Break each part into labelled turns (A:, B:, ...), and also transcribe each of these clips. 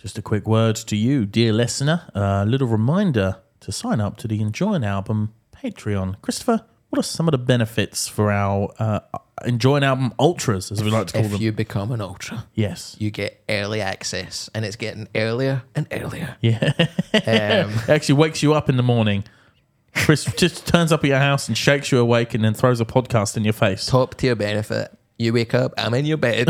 A: Just a quick word to you, dear listener. A little reminder to sign up to the Enjoy an Album Patreon. Christopher, what are some of the benefits for our uh, Enjoy an Album Ultras, as we like to call
B: If
A: them?
B: you become an ultra,
A: yes.
B: you get early access, and it's getting earlier and earlier.
A: Yeah.
B: Um,
A: It actually wakes you up in the morning. Chris just turns up at your house and shakes you awake and then throws a podcast in your face.
B: top tier benefit. You wake up, I'm in your bed,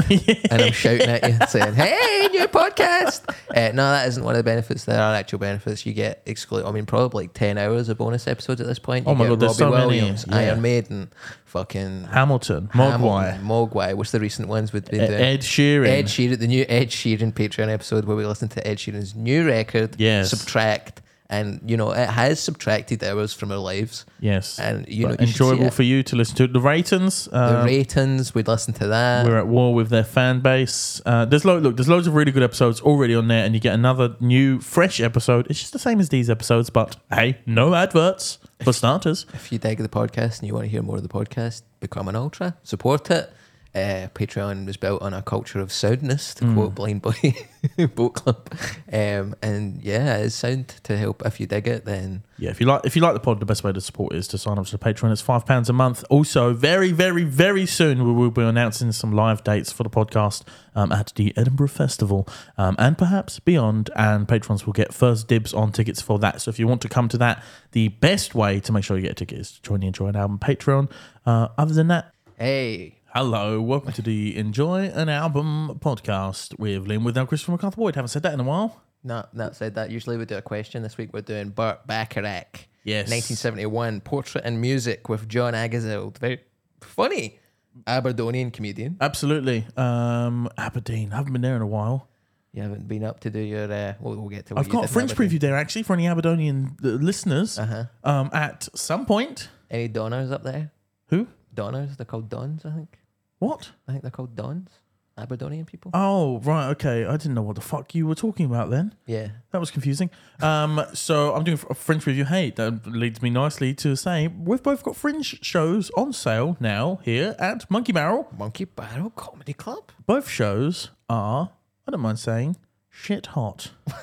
B: and I'm shouting at you saying, "Hey, new podcast!" Uh, no, that isn't one of the benefits. There are actual benefits you get exclusive. I mean, probably like ten hours of bonus episodes at this point. You
A: Oh my
B: get
A: God, there's so many. Yeah.
B: Iron Maiden, fucking
A: Hamilton, Mogwai, E-,
B: Hamilton, Mogwai. What's the recent ones we've been doing?
A: Ed Sheeran.
B: Ed Sheeran, the new Ed Sheeran Patreon episode where we listen to Ed Sheeran's new record,
A: Yes.
B: Subtract, and you know it has subtracted hours from our lives.
A: yes.
B: and you know
A: But
B: you should see
A: enjoyable
B: it.
A: for you to listen to. The ratings.
B: the
A: um,
B: ratings. We'd listen to that.
A: we're at war with their fan base. Uh, there's lo- look, there's loads of really good episodes already on there, and you get another new, fresh episode. It's just the same as these episodes, but hey, no adverts for starters.
B: If you dig the podcast and you want to hear more of the podcast, become an ultra, support it. Uh, Patreon was built on a culture of soundness,
A: Hmm.
B: to quote Blind Boy Boat Club, um, and yeah, it's sound to help. If you dig it, then
A: Yeah, if you like if you like the pod, the best way to support is to sign up to the Patreon. It's five pounds a month. Also, very, very, very soon we will be announcing some live dates for the podcast um, at the Edinburgh Festival um, and perhaps beyond. And patrons will get first dibs on tickets for that. So if you want to come to that, the best way to make sure you get a ticket is to join the Enjoy an Album Patreon. Uh, other than that,
B: hey,
A: hello, welcome to the Enjoy an Album podcast with Liam with now Christopher McCarthy Boyd. Haven't said that in a while.
B: not not said that. Usually we do a question. This week we're doing Burt Bacharach,
A: Yes.
B: 1971 Portrait and Music with John Agazild, very funny Aberdonian comedian.
A: Absolutely. Um, Aberdeen. I haven't been there in a while.
B: You haven't been up to do your. Uh, we'll, we'll get to. What
A: I've
B: you
A: got a
B: did in
A: French
B: Aberdeen.
A: preview there actually for any Aberdonian uh, listeners. Um, at some point,
B: Any Donners up there?
A: who?
B: Donners. They're called Dons, I think.
A: What?
B: I think they're called Dons. Aberdonian people.
A: Oh, right. Okay, I didn't know what the fuck you were talking about then.
B: Yeah.
A: That was confusing. Um, so I'm doing a Fringe review. Hey, that leads me nicely to say we've both got Fringe shows on sale now here at Monkey Barrel.
B: Monkey Barrel Comedy Club.
A: Both shows are, I don't mind saying, shit hot.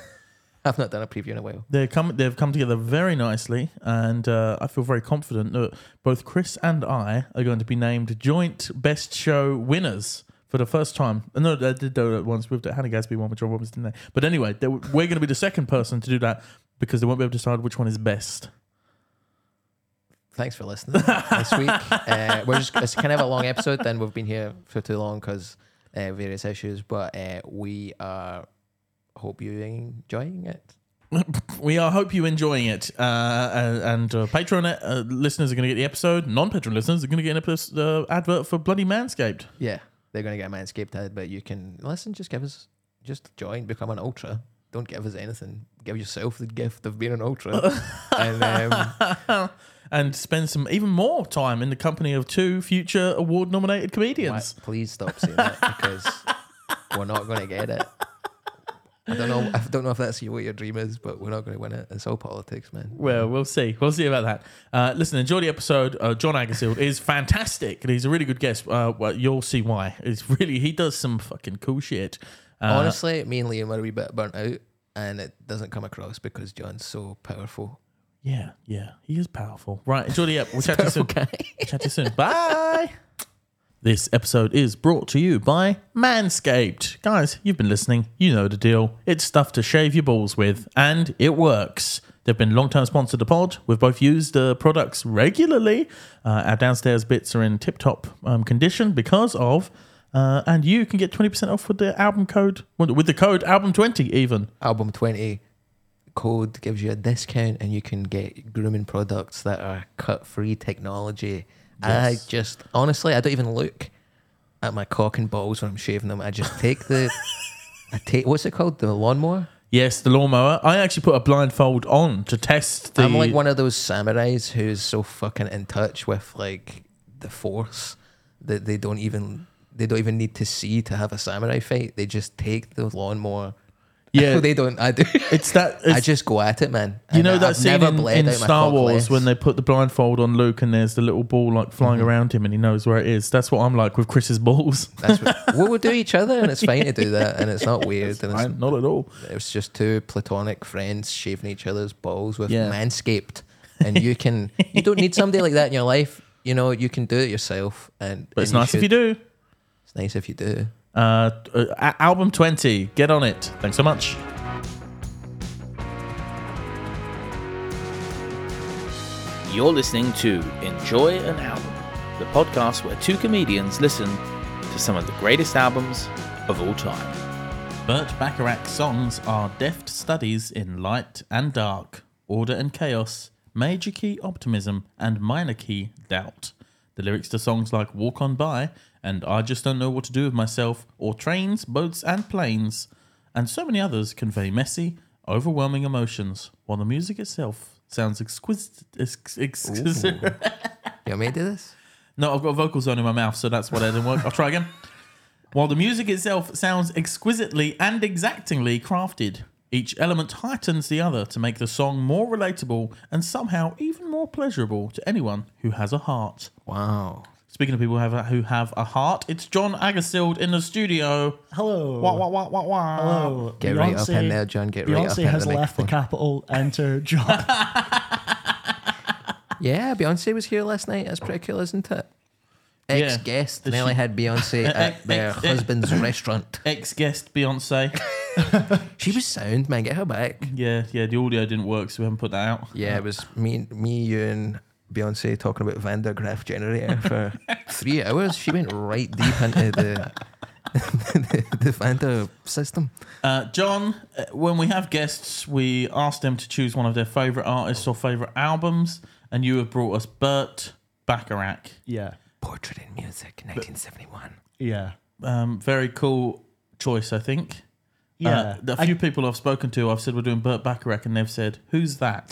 B: I've not done a preview in a while.
A: They're come, they've come together very nicely, and uh, I feel very confident that both Chris and I are going to be named joint best show winners for the first time. Uh, No, they did do that once with the Hannah Gadsby one with John Robbins, didn't they? But anyway, they, were- we're going to be the second person to do that because they won't be able to decide which one is best.
B: Thanks for listening this week. Uh, we're just it's kind of a long episode. Then we've been here for too long because uh, various issues. But uh, we are hope you enjoying it.
A: We are hope you enjoying it, uh, and, and uh, Patreon uh, listeners are going to get the episode. Non-Patreon listeners are going to get an episode, uh, advert for bloody Manscaped.
B: Yeah, they're gonna get a manscaped ad, but you can listen. Just give us, just join, become an ultra. Don't give us anything. Give yourself the gift of being an ultra. and um,
A: and spend some even more time in the company of two future award nominated comedians.
B: Why- please stop saying that because we're not going to get it. I don't know. I don't know if that's what your dream is, but we're not going to win it. It's all politics, man.
A: Well, we'll see. We'll see about that. Uh, listen, enjoy the episode. Uh, John Agassiz is fantastic, and he's a really good guest. Uh, well, you'll see why. It's really he does some fucking cool shit. Uh,
B: Honestly, me and Liam are a wee bit burnt out, and it doesn't come across because John's so powerful.
A: yeah, yeah, he is powerful. Right, enjoy the ep. We'll chat to you soon. chat to you soon. Bye. This episode is brought to you by Manscaped. Guys, you've been listening. You know the deal. It's stuff to shave your balls with, and it works. They've been long term sponsor of the pod. We've both used the products regularly. Uh, our downstairs bits are in tip top um, condition because of. Uh, and you can get 20% off with the album code, with the code album20 even.
B: Album twenty code gives you a discount, and you can get grooming products that are cut-free technology. I just honestly, I don't even look at my cock and balls when I'm shaving them. I just take the, I take what's it called, the lawnmower.
A: Yes, the lawnmower. I actually put a blindfold on to test the.
B: I'm like one of those samurais who's so fucking in touch with like the force that they don't even they don't even need to see to have a samurai fight. They just take the lawnmower
A: Yeah.
B: they don't. I do.
A: It's that. It's,
B: I just go at it, man.
A: you
B: And
A: know that
B: I've
A: scene
B: never
A: in,
B: bled
A: in
B: out my
A: Star
B: cock
A: Wars
B: less.
A: when they put the blindfold on Luke and there's the little ball like flying
B: Mm-hmm.
A: around him and he knows where it is. That's what I'm like with Chris's balls.
B: That's what, we would do each other, and it's fine to do that, and it's not weird, and it's,
A: Fine, Not at all.
B: it's just two platonic friends shaving each other's balls with
A: Yeah.
B: manscaped, and you can you don't need somebody like that in your life. You know, you can do it yourself, and
A: But it's nice if you do.
B: It's nice if you do.
A: Uh, uh, album 20. Get on it. Thanks so much.
C: You're listening to Enjoy an Album, the podcast where two comedians listen to some of the greatest albums of all time.
A: Burt Bacharach's songs are deft studies in light and dark, order and chaos, major key optimism, and minor key doubt. The lyrics to songs like Walk On By and I Just Don't Know What to Do with Myself, or Trains, Boats, and Planes, and so many others convey messy, overwhelming emotions, while the music itself sounds exquisite. Ex- exquisite.
B: You want me to do this?
A: No, I've got a vocal zone in my mouth, so that's what I didn't work. I'll try again. While the music itself sounds exquisitely and exactingly crafted, each element heightens the other to make the song more relatable and somehow even more pleasurable to anyone who has a heart.
B: Wow.
A: Speaking of people who have a, who have a heart, it's John Agassild in the studio.
D: Hello.
A: Wah, wah, wah, wah, wah.
D: Hello.
B: Get right up in there, John. Get right up
D: Beyonce
B: in
D: has
B: the
D: left the
B: microphone.
D: capital. Enter John.
B: Yeah, Beyonce was here last night. That's pretty cool, isn't it?
A: Yeah.
B: Ex guest.
A: The
B: Nelly had Beyonce at their
A: ex-
B: husband's restaurant.
A: Ex guest Beyonce.
B: She was sound, man. Get her back.
A: yeah, yeah, the audio didn't work, so we haven't put that out.
B: Yeah, it was me, me, you, and Beyonce talking about Van der Graaf generator for three hours. She went right deep into the the, the Van der system.
A: Uh, John, uh, when we have guests, we ask them to choose one of their favourite artists or favourite albums, and you have brought us Burt Bacharach.
D: yeah.
B: Portrait in Music, 1971.
D: Yeah.
A: Um, very cool choice, I think.
D: Yeah.
A: Uh, a few people I've spoken to, I've said we're doing Burt Bacharach, and they've said, Who's that?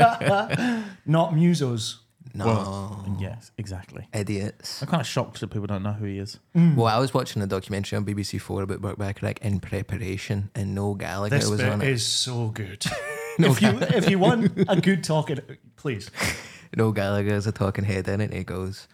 D: Not musos.
B: No,
A: yes, exactly.
B: idiots.
A: I'm kind of shocked that people don't know who he is.
B: Well, I was watching a documentary on BBC Four about Burt Bacharach in preparation, and Noel Gallagher
D: This
B: was
D: bit
B: on it.
D: is so good. if you if you want a good talking, please.
B: Noel Gallagher's a talking head in it, and he goes,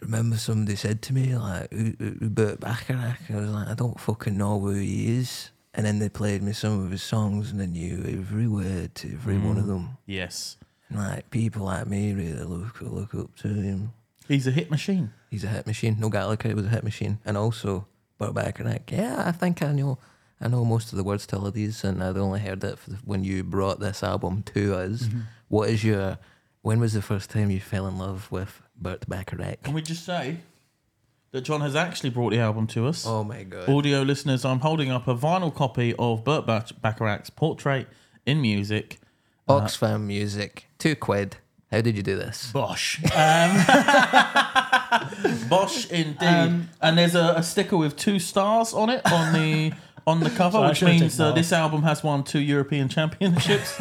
B: Remember somebody said to me, like, who, who, who Burt Bacharach? And I was like, I don't fucking know who he is. And then they played me some of his songs, and I knew every word to every one of them.
A: Yes.
B: And like, people like me really look, look up to him.
A: He's a hit machine.
B: He's a hit machine. Noel Gallagher was a hit machine. And also, Burt Bacharach, yeah, I think I know. I know most of the words to all of these, and I'd only heard it for the, when you brought this album to us. What is your? When was the first time you fell in love with Burt Bacharach?
A: Can we just say that John has actually brought the album to us?
B: Oh my god!
A: Audio listeners, I'm holding up a vinyl copy of Burt Bach- Bacharach's Portrait in Music.
B: Oxfam music, two quid. How did you do this?
D: Bosh.
A: Bosch indeed. and there's a, a sticker with two stars on it on the on the cover,
D: So I
A: which
D: should've
A: means
D: taken
A: uh,
D: that
A: this album has won two European Championships.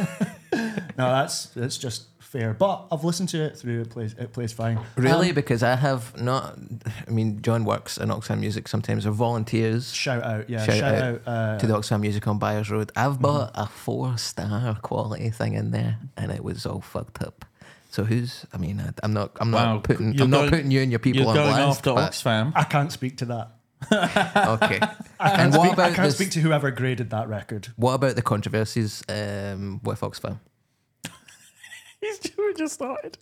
D: No, that's that's just fair. But I've listened to it through. It plays it plays fine. Um,
B: Really? because I have not. I mean, John works in Oxfam Music sometimes. Or volunteers
D: Shout out, yeah.
B: Shout
D: Shout,
B: out.
D: out. uh,
B: to the Oxfam Music on Byers Road. I've bought a four-star quality thing in there, and it was all fucked up. So who's? I mean, I, I'm not. I'm
A: Wow,
B: not putting. I'm
A: you're
B: not
A: going-
B: putting you and your people
A: You're
B: on
A: going
B: blast.
A: after
B: but-
A: Oxfam.
D: I can't speak to that.
B: okay.
D: I can't,
B: and what
D: speak, I
B: about
D: can't
B: this-
D: speak to whoever graded that record.
B: What about the controversies um, with Oxfam?
A: He's just started.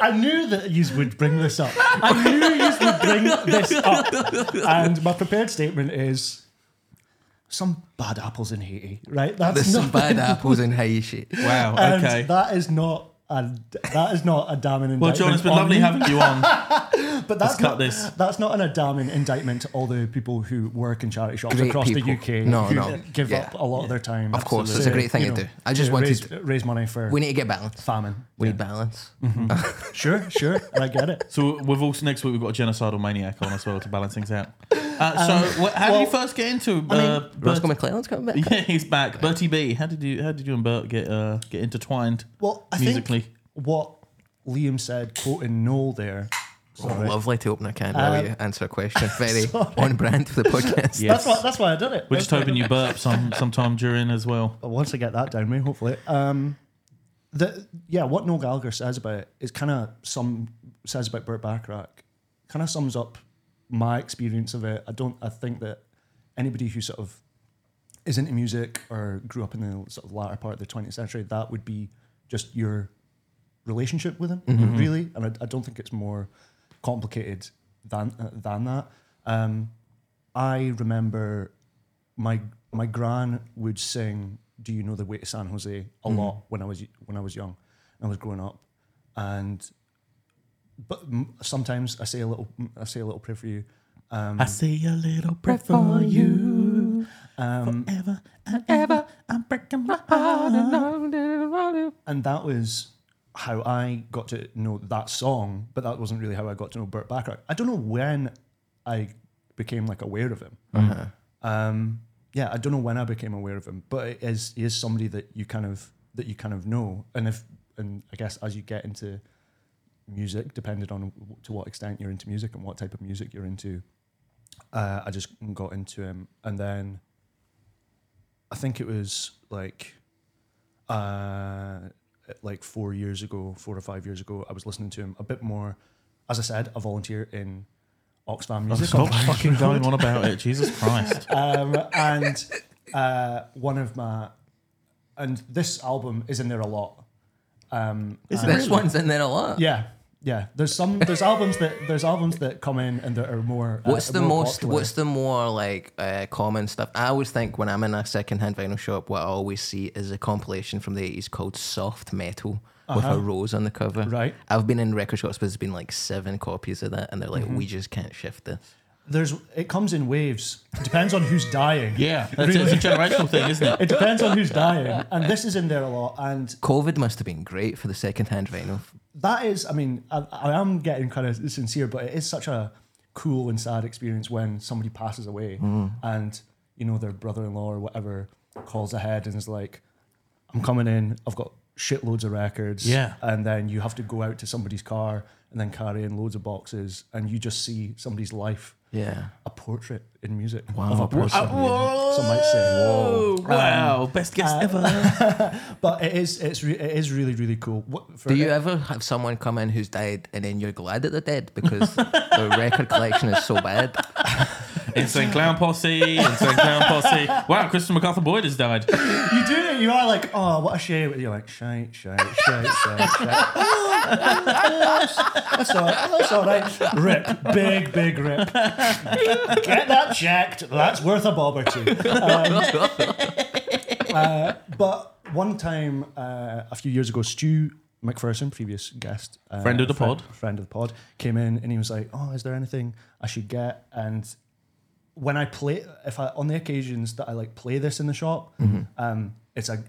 D: I knew that you would bring this up. I knew you would bring this up. And my prepared statement is some bad apples in Haiti, right? That's
B: There's some
D: not-
B: bad apples in Haiti.
A: Wow.
D: and
A: Okay.
D: That is not a that is not a damning indictment.
A: well, John, it's been
D: on
A: lovely
D: me,
A: having you on.
D: but that's
A: let's cut
D: not,
A: this.
D: That's not an damning indictment to all the people who work in charity shops
B: Great
D: across
B: people.
D: the UK
B: No,
D: who
B: no,
D: give
B: yeah.
D: up a lot of their time.
B: Of course, it's a great thing to do. I just wanted
D: raise,
B: to-
D: raise money for
B: We need to get balance.
D: famine.
B: We need balance.
D: Sure, sure, I get it.
A: So we've also next week we've got a genocidal maniac on as well to balance things out. Uh, so wh- how did you
D: well,
A: first get into? Uh, Bert-
B: Roscoe McClellan's coming back.
A: yeah, he's back. Bertie B. How did you? How did you and Bert get uh, get intertwined?
D: Well, I
A: musically.
D: think what Liam said, quoting Noel there,
B: Oh, Lovely to open a can while you answer a question. Very on brand for the podcast.
A: Yes.
D: That's why. That's why I did it.
A: We're just hoping you burp some sometime during as well.
D: But once I get that down, me hopefully. Um, the yeah, what Noel Gallagher says about it is kind of some says about Burt Bacharach, kind of sums up my experience of it. I don't. I think that anybody who sort of is into music or grew up in the sort of latter part of the 20th century, that would be just your relationship with him, really. And I, I don't think it's more complicated than uh, than that. Um, I remember my my gran would sing "Do You Know the Way to San Jose" a lot when I was when I was young, and I was growing up, and but m- sometimes I say a little I say a little prayer for you. Um,
A: I say a little prayer for you.
D: Um,
A: forever and ever, I'm breaking my heart.
D: and that was how I got to know that song, but that wasn't really how I got to know Burt Bacharach. I don't know when I became like aware of him.
A: Uh-huh.
D: Um, yeah, I don't know when I became aware of him, but it is he is somebody that you kind of that you kind of know, and if and I guess as you get into music, depending on w- to what extent you're into music and what type of music you're into, uh, I just got into him, and then I think it was like uh, like four years ago, four or five years ago, I was listening to him a bit more. As I said, I volunteer in Oxfam Music.
A: Oh, Stop fucking going on about it. Jesus Christ.
D: Um, and uh, one of my, and this album is in there a lot. Um,
B: this one's in there a lot.
D: yeah, yeah. There's some there's albums that there's albums that come in and that are more. uh,
B: What's the
D: more
B: most?
D: popular.
B: What's the more like uh, common stuff? I always think when I'm in a secondhand vinyl shop, what I always see is a compilation from the '80s called soft metal with a rose on the cover.
D: Uh-huh. Right.
B: I've been in record shops, but there's been like seven copies of that, and they're like, "We
D: Mm-hmm.
B: just can't shift this."
D: there's it comes in waves. Depends on who's dying.
A: Yeah, that's it. It's a generational thing, isn't it?
D: It depends on who's dying, and this is in there a lot. And
B: COVID must have been great for the secondhand vinyl.
D: that is, I mean, I, I am getting kind of sincere, but it is such a cool and sad experience when somebody passes away and, you know, their brother in law or whatever calls ahead and is like, I'm coming in, I've got shitloads of records.
A: Yeah.
D: And then you have to go out to somebody's car and then carry in loads of boxes and you just see somebody's life.
B: Yeah.
D: A portrait in music of a person.
A: Whoa.
D: Some might say, whoa. Um,
A: Wow, best guess ever.
D: But it is, it's re- it is really, really cool. What, for
B: Do you ever have someone come in who's died and then you're glad that they're dead because their record collection is so bad?
D: uh,
A: Insane Clown Posse, Insane Clown Posse. Wow, Christian MacArthur Boyd has died.
D: You do it. You are like, oh, what a shame. You're like, shite, shite, shite, shite, shite. that's all right. That's all right. Rip, big, big rip. Get that checked. That's worth a bob or two. Um, uh, but one time, uh, a few years ago, Stu McPherson, previous guest, uh,
A: Friend of the
D: fri-
A: pod.
D: friend of the pod, came in and he was like, "Oh, is there anything I should get?" And when I play, if I on the occasions that I like play this in the shop,
A: Mm-hmm.
D: um, it's a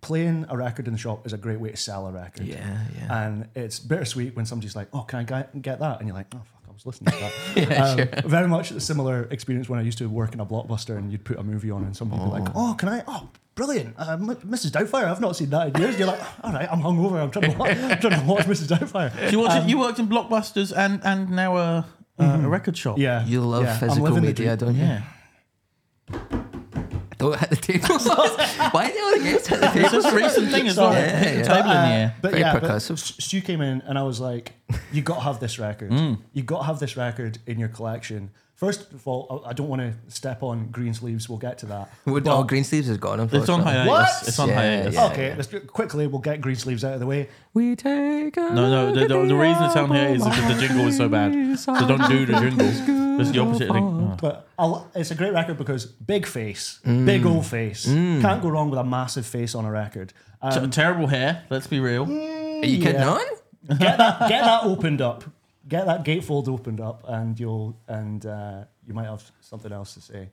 D: playing a record in the shop is a great way to sell a record.
B: Yeah, yeah.
D: And it's bittersweet when somebody's like, "Oh, can I get- get that?" And you're like, "Oh, fuck, I was listening to that." um, Very much a similar experience when I used to work in a blockbuster and you'd put a movie on and somebody would be like, "Oh, can I?" Oh, brilliant, uh, M- Mrs. Doubtfire. I've not seen that in years. You're like, "Oh, "All right, I'm hungover. I'm trying to watch, I'm trying to watch Mrs. Doubtfire."
A: You, watched, you worked in Blockbusters and, and now a, uh, a record shop.
D: Mm-hmm. Yeah,
B: You love
D: yeah, I'm
B: physical
D: living the
B: media,
D: dream.
B: don't you?
A: Yeah.
B: Don't hit the table. Why do you always get hit the
A: It's
B: table?
A: just a recent thing as well.
D: Sorry.
A: Hit the Table in the air.
D: But
B: Very
D: yeah,
B: percussive.
D: But Stu came in and I was like, "You got to have this record.
B: Mm.
D: You got to have this record in your collection." First of all, I I don't want to step on green sleeves. We'll get to that.
B: Would,
D: But-
B: oh, Green Sleeves is gone.
A: It's on
B: unfortunately.
A: hiatus.
D: What?
A: It's on
B: Yeah,
A: hiatus.
B: yeah.
D: okay, let's do it quickly. We'll get green sleeves out of the way.
B: We take a
A: No, no,
B: look
A: the,
B: at
A: the, the reason it's on
B: album
A: hiatus is because the jingle is so bad. So don't do the jingle. It's the opposite thing.
D: But I'll, it's a great record because big face, big old face. Can't go wrong with a massive face on a record.
A: Oh. T-
D: Um,
A: terrible hair, let's be real.
B: Are you kidding
D: Yeah.
B: on?
D: get that, get that opened up. Get that gatefold opened up, and you'll and uh, you might have something else to say.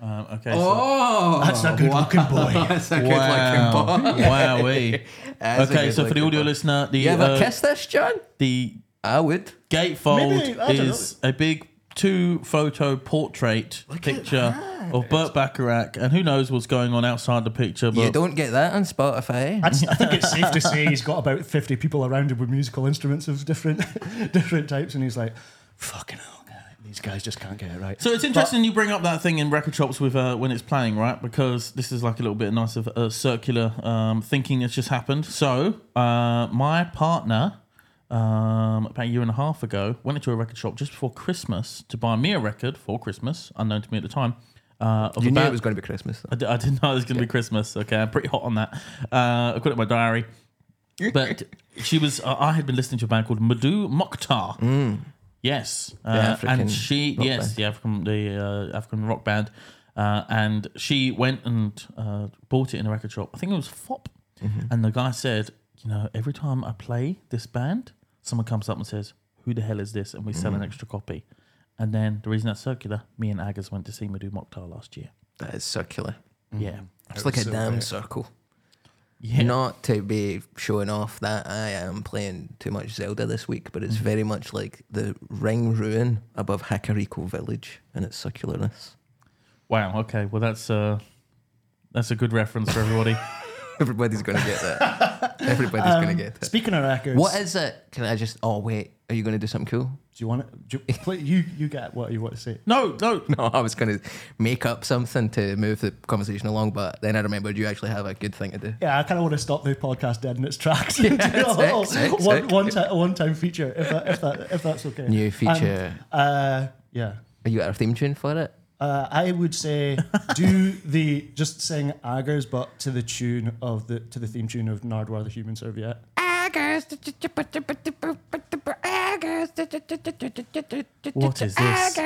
A: Um, okay.
B: Oh,
D: That's a good looking boy.
B: that's
A: so.
B: a good
A: Wow.
B: looking boy.
A: Wowee.
B: That's a
A: Okay,
B: good
A: so for the
B: looking
A: audio
B: boy.
A: listener, the
B: you ever
A: uh,
B: kiss this, John?
A: the
B: I would.
A: gatefold
D: Maybe- I don't
A: is a big two photo portrait picture of Burt Bacharach, and who knows what's going on outside the picture. But
B: You don't get that on Spotify.
D: I, just, I think it's safe to say he's got about 50 people around him with musical instruments of different different types, and he's like, fucking hell, guy, these guys just can't get it right.
A: So it's interesting you bring up that thing in record shops with uh, when it's playing, right? Because this is like a little bit nice of uh, circular um, thinking that's just happened. So uh, my partner, um, about a year and a half ago, went into a record shop just before Christmas to buy me a record for Christmas, unknown to me at the time. Uh, of
B: You
A: a
B: knew
A: band-
B: it was going to be Christmas. Though.
A: I, d- I didn't know it was going to be Christmas. Okay, I'm pretty hot on that. Uh, I put it in my diary. But she was. Uh, I had been listening to a band called Madhu Mokhtar. Yes, uh,
B: Mm. African
A: and she
B: rock
A: yes
B: band.
A: the African the uh, African rock band, uh, and she went and uh, bought it in a record shop. I think it was Fop,
B: Mm-hmm.
A: and the guy said, you know, every time I play this band, someone comes up and says, "Who the hell is this?" and we sell
B: Mm.
A: an extra copy. And then the reason that's circular, me and Agas went to see Madhu Mokhtar last year.
B: That is circular.
A: Yeah.
B: It's like a
D: so
B: damn
D: great.
B: circle.
A: Yeah.
B: Not to be showing off that I am playing too much Zelda this week, but it's very much like the Ring Ruin above Hakariko Village and its circularness.
A: Wow. Okay. Well, that's uh, that's a good reference for everybody.
B: Everybody's going to get that. Everybody's going to get that.
D: Um, Speaking of records,
B: What is it? Can I just? Oh wait, are you going to do something cool?
D: do you want it? Do you, play, you you get what you want to say.
A: no, no.
B: No, I was going to make up something to move the conversation along, but then I remembered you actually have a good thing to do.
D: Yeah, I kind of want to stop the podcast dead in its tracks. and do a
B: sick,
D: little
B: sick,
D: one,
B: sick.
D: one, ti- a one-time feature, if that, if that if that's okay.
B: New
D: Um,
B: feature.
D: uh, yeah,
B: Are you got a theme tune for it?
D: uh, I would say do the just sing Aggers, but to the tune of the to the theme tune of Nardwar the Human Serviette.
A: What is this?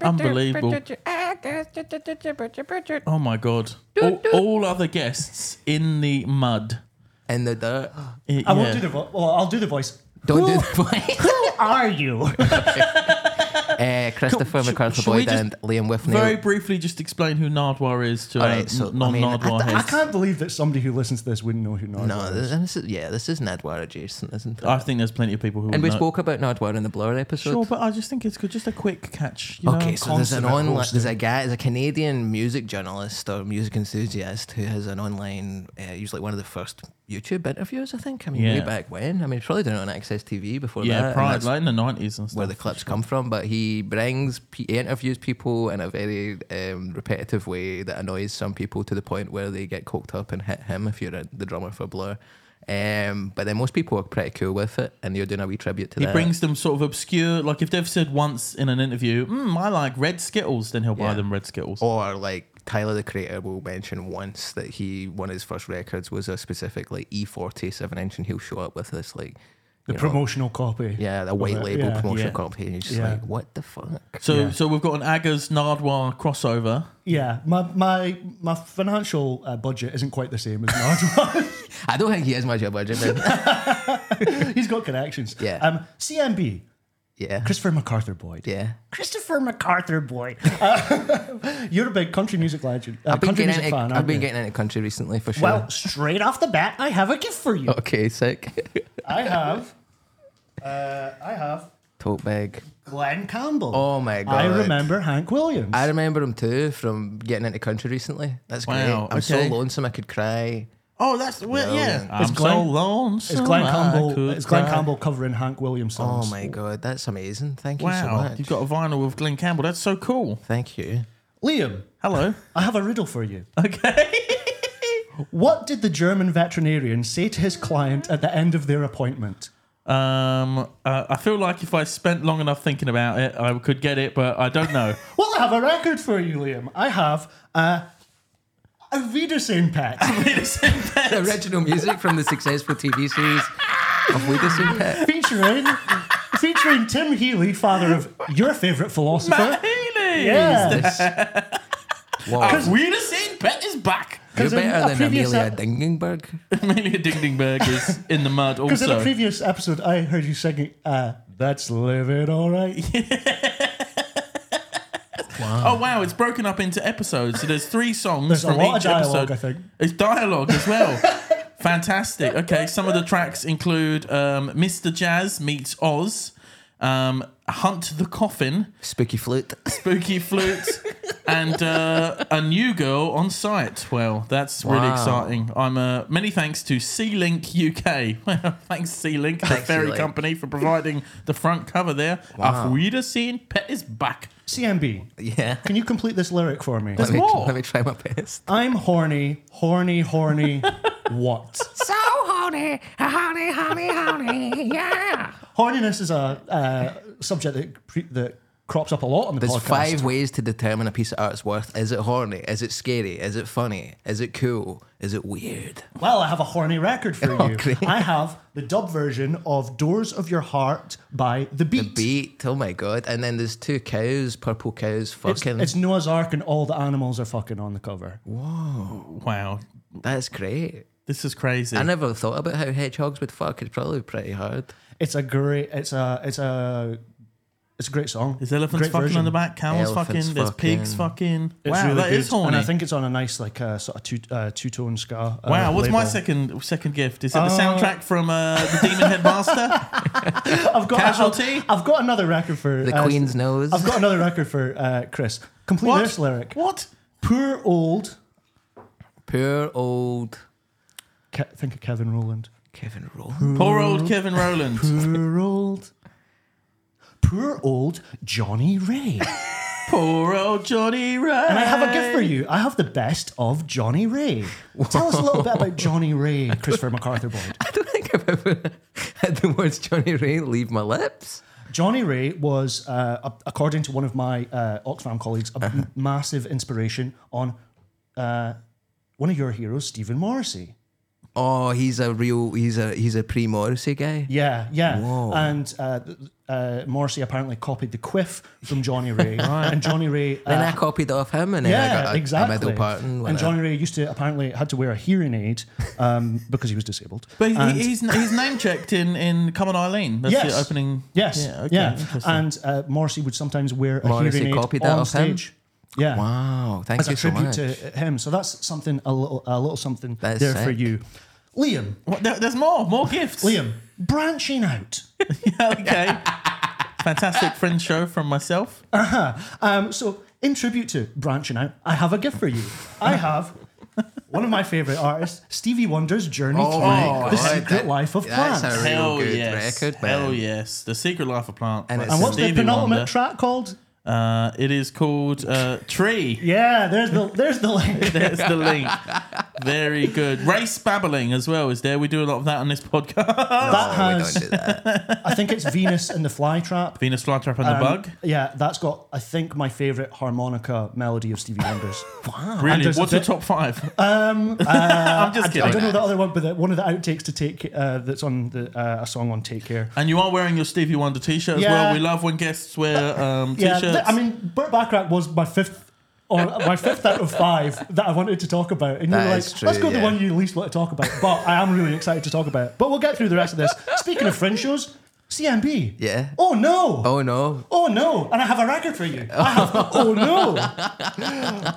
A: Unbelievable. Oh my god! All, all other guests in the mud.
B: In the dirt.
A: I
D: I won't do the voice. Well, I'll do the voice.
B: Don't do
D: Who-
B: the voice.
D: Who are you?
B: Uh, Christopher
A: Sh-
B: McArthur
A: should we
B: Boyd
A: just
B: and Liam Whitney.
A: Very briefly, just explain who Nardwar is to
B: All
A: our
B: right, so, I mean, I-
A: non-Nardwar
D: I
A: heads. I,
D: can't believe that somebody who listens to this wouldn't know who Nardwar
B: no, this,
D: is.
B: this is yeah, this is Nadwar adjacent, isn't it?
A: think there's plenty of people who.
B: and
A: would
B: we
A: know.
B: spoke about Nadwar in the Blur episode.
A: Sure, but I just think it's good. Just a quick catch. You
B: Okay,
A: know?
B: so there's an
D: consummate
B: online.
D: host.
B: There's a guy, there's a Canadian music journalist or music enthusiast who has an online, uh, usually one of the first YouTube interviews. I think. I mean, way
A: Yeah.
B: back when. I mean, he's probably doing it on Access TV before that.
A: yeah,
B: and
A: pride
B: that's
A: like in the nineties and stuff.
B: where the clips come from. But he brings, he interviews people in a very um, repetitive way that annoys some people to the point where they get coked up and hit him. If you're a, the drummer for Blur. Um, but then most people are pretty cool with it, and you're doing a wee tribute to
A: He
B: that.
A: brings them sort of obscure. Like if they've said once in an interview, mm, "I like red Skittles," then he'll
B: Yeah.
A: buy them red Skittles.
B: or like Tyler the Creator will mention once that he one of his first records was a specific like E forty seven inch, and he'll show up with this like
D: the
B: you know,
D: promotional copy.
B: yeah, the white
D: it,
B: label
D: yeah.
B: promotional
A: Yeah.
B: copy, and he's just
D: Yeah.
B: like, what the fuck?
A: So,
D: Yeah.
A: so we've got an Agas Nardwar crossover.
D: Yeah, my my my financial uh, budget isn't quite the same as Nardwar.
B: I don't think he has much of a budget, but
D: He's got connections.
B: Yeah.
D: Um, CMB,
B: yeah,
D: Christopher MacArthur Boyd.
B: yeah.
D: Christopher MacArthur Boyd. Uh, you're a big country music legend. Uh,
B: I've been
D: country
B: getting
D: music
B: into,
D: fan.
B: I've
D: aren't
B: been
D: you?
B: getting into country recently for sure.
D: Well, straight off the bat, I have a gift for you.
B: okay, sick.
D: I have, uh, I have
B: Tote bag.
D: Glenn Campbell.
B: Oh my god.
D: I remember Hank Williams.
B: I remember him too from getting into country recently. That's great.
A: Wow,
B: I'm so
A: okay.
B: lonesome I could cry.
A: Oh, that's well, yeah. I'm
D: It's
A: so
D: Glenn-
A: lonesome.
D: it's Glenn
A: I
D: Campbell.
A: could
D: It's Glenn
A: cry.
D: Campbell covering Hank Williams
B: Oh
D: songs.
B: my god, that's amazing. Thank you so
A: Wow,
B: much.
A: you've got a vinyl with Glenn Campbell. That's so cool.
B: Thank you.
D: Liam,
A: Hello.
D: I have a riddle for you.
A: Okay.
D: What did the German veterinarian say to his client at the end of their appointment?
A: Um, uh, I feel like if I spent long enough thinking about it, I could get it, but I don't know.
D: Well, I have a record for you, Liam. I have uh, a Wiedersehen pack
B: Original music from the successful TV series of Wiedersehen Pet.
D: featuring featuring Tim Healy, father of your favorite philosopher.
A: Haley.
D: Yeah,
B: This. Wow.
A: We the same bet is back.
B: You're
D: 'Cause in a
B: better than
D: previous
B: Amelia
D: ep-
B: Dingenberg.
A: Amelia Dingdingberg is in the mud
D: because in a
A: also.
D: previous episode, I heard you singing uh, "That's Living All Right."
A: oh wow, it's broken up into episodes. So there's three songs
D: There's a
A: from
D: lot of
A: each episode.
D: dialogue, I think.
A: It's dialogue as well. Fantastic. Okay, some of the tracks include um, Mr. Jazz meets Oz, um, Hunt the Coffin,
B: Spooky flute.
A: Spooky Flute, and uh, A New Girl on Site. Well, that's really
B: Wow.
A: exciting. I'm uh, many thanks to C Link UK. Well, thanks C Link, the
B: Thanks,
A: ferry
B: C-Link.
A: company, for providing the front cover there. Wow. Auf Wiedersehen, Pet is back.
D: CMB,
B: Yeah.
D: can you complete this lyric for me?
B: Let me,
A: more.
B: let me try my best.
D: I'm horny, horny, horny. what?
B: So honey, honey, honey, honey, yeah.
D: Horniness is a uh, subject that pre- that crops up a lot on the
B: There's
D: podcast.
B: five ways to determine a piece of art's worth. Is it horny? Is it scary? Is it funny? Is it cool? Is it weird?
D: Well, I have a horny record for
B: Oh,
D: you.
B: great.
D: I have the dub version of "Doors of Your Heart" by The Beat.
B: Beat, oh my god. And then there's two cows, purple cows,
D: It's,
B: fucking.
D: it's Noah's Ark and all the animals are fucking on the cover.
A: Wow,
B: that's great.
A: this is crazy.
B: I never thought about how hedgehogs would fuck. It's probably pretty hard.
D: It's a great. It's a. It's a. It's a great song.
A: There's elephants
D: Great
A: fucking
D: version.
A: on the back, camels
B: Elephants
A: fucking, there's pigs fucking.
D: It's
A: wow, that
D: really
A: is
D: good.
A: horny.
D: And I think it's on a nice like uh, sort of two uh, two tone scar. uh,
A: wow, what's my
D: label.
A: second second gift? Is it the soundtrack from uh, the Demon Headmaster?
D: I've got
A: Casualty?
D: I've, I've got another record for
B: The
D: uh,
B: Queen's nose.
D: I've got another record for uh, Chris. Complete
A: What?
D: this lyric.
A: What?
D: Poor old.
B: Poor old
D: Ke- think of Kevin Rowland.
B: Kevin Rowland.
A: Poor old Kevin Rowland.
D: Poor old. Poor old Johnny Ray.
A: Poor old Johnny Ray.
D: And I have a gift for you. I have the best of Johnny Ray. Tell us a little bit about Johnny Ray, Christopher MacArthur Boyd.
B: I don't think I've ever had the words Johnny Ray leave my lips.
D: Johnny Ray was, uh, a- according to one of my uh, Oxfam colleagues, a
A: Uh-huh.
D: m- massive inspiration on uh, one of your heroes, Stephen Morrissey.
B: Oh, he's a real he's a he's a pre Morrissey guy.
D: Yeah, yeah. And uh, th- uh, Morrissey apparently copied the quiff from Johnny Ray. and Johnny Ray.
B: Then
D: uh,
B: I copied off him and then I
D: yeah,
B: got a,
D: exactly.
B: a middle part and,
D: and Johnny Ray used to apparently had to wear a hearing aid um, because he was disabled.
A: But he, he's he's name checked in in Come on Eileen. That's
D: yes,
A: the opening.
D: Yes,
A: Yeah.
D: yeah.
A: Okay. Interesting.
D: And uh, Morrissey would sometimes wear a
B: Morrissey
D: hearing aid
B: copied that
D: on
B: off him?
D: stage. Yeah.
B: Wow, thank
D: as
B: you
D: a
B: so
D: tribute
B: much.
D: to him. So that's something a little a little something
B: That is
D: there for
B: sick.
D: you. Liam,
A: What, there- there's more. More gifts.
D: Liam, branching out.
A: okay. Fantastic friend show from myself.
D: Um, so in tribute to branching out, I have a gift for you. I have one of my favorite artists, Stevie Wonder's Journey
B: Oh
D: Through
B: my
D: the
B: God,
D: Secret
B: that-
D: Life of
B: that's
D: Plants.
B: a- Real
A: Hell
B: good
A: yes.
B: record,
A: Hell
B: man.
A: yes. The Secret Life of Plant.
B: And
A: by
B: it's-
D: and what's the
A: Stevie
D: penultimate
A: Wonder.
D: track called?
A: Uh, it is called uh, Tree.
D: Yeah, there's the there's the link.
A: There's the link. Very good. Race babbling as well is there. We do a lot of that on this podcast.
D: That
B: Oh, we
D: has
B: don't do that.
D: I think it's Venus and the Flytrap.
A: Venus flytrap
D: Um,
A: and the bug.
D: Yeah, that's got I think my favorite harmonica melody of Stevie Wonder's.
A: Really?
D: there's a
A: What's your
D: bit-
A: top five? Um, I'm just
D: uh, I
A: kidding.
D: don't know the other one, but the, one of the outtakes to take uh, that's on the uh, a song on Take Care.
A: And you are wearing your Stevie Wonder T-shirt as
D: Yeah.
A: well. We love when guests wear um,
D: Yeah,
A: T-shirts.
D: th- I mean, Burt Bacharach was my fifth. Or my fifth out of five that I wanted to talk about, and you were
B: That
D: like,
B: is true,
D: "Let's go to the
B: yeah.
D: one you least want to talk about." But I am really excited to talk about it. But we'll get through the rest of this. Speaking of fringe shows, CMB.
B: Yeah.
D: Oh no.
B: Oh no.
D: Oh no! And I have a record for you. I have Oh no!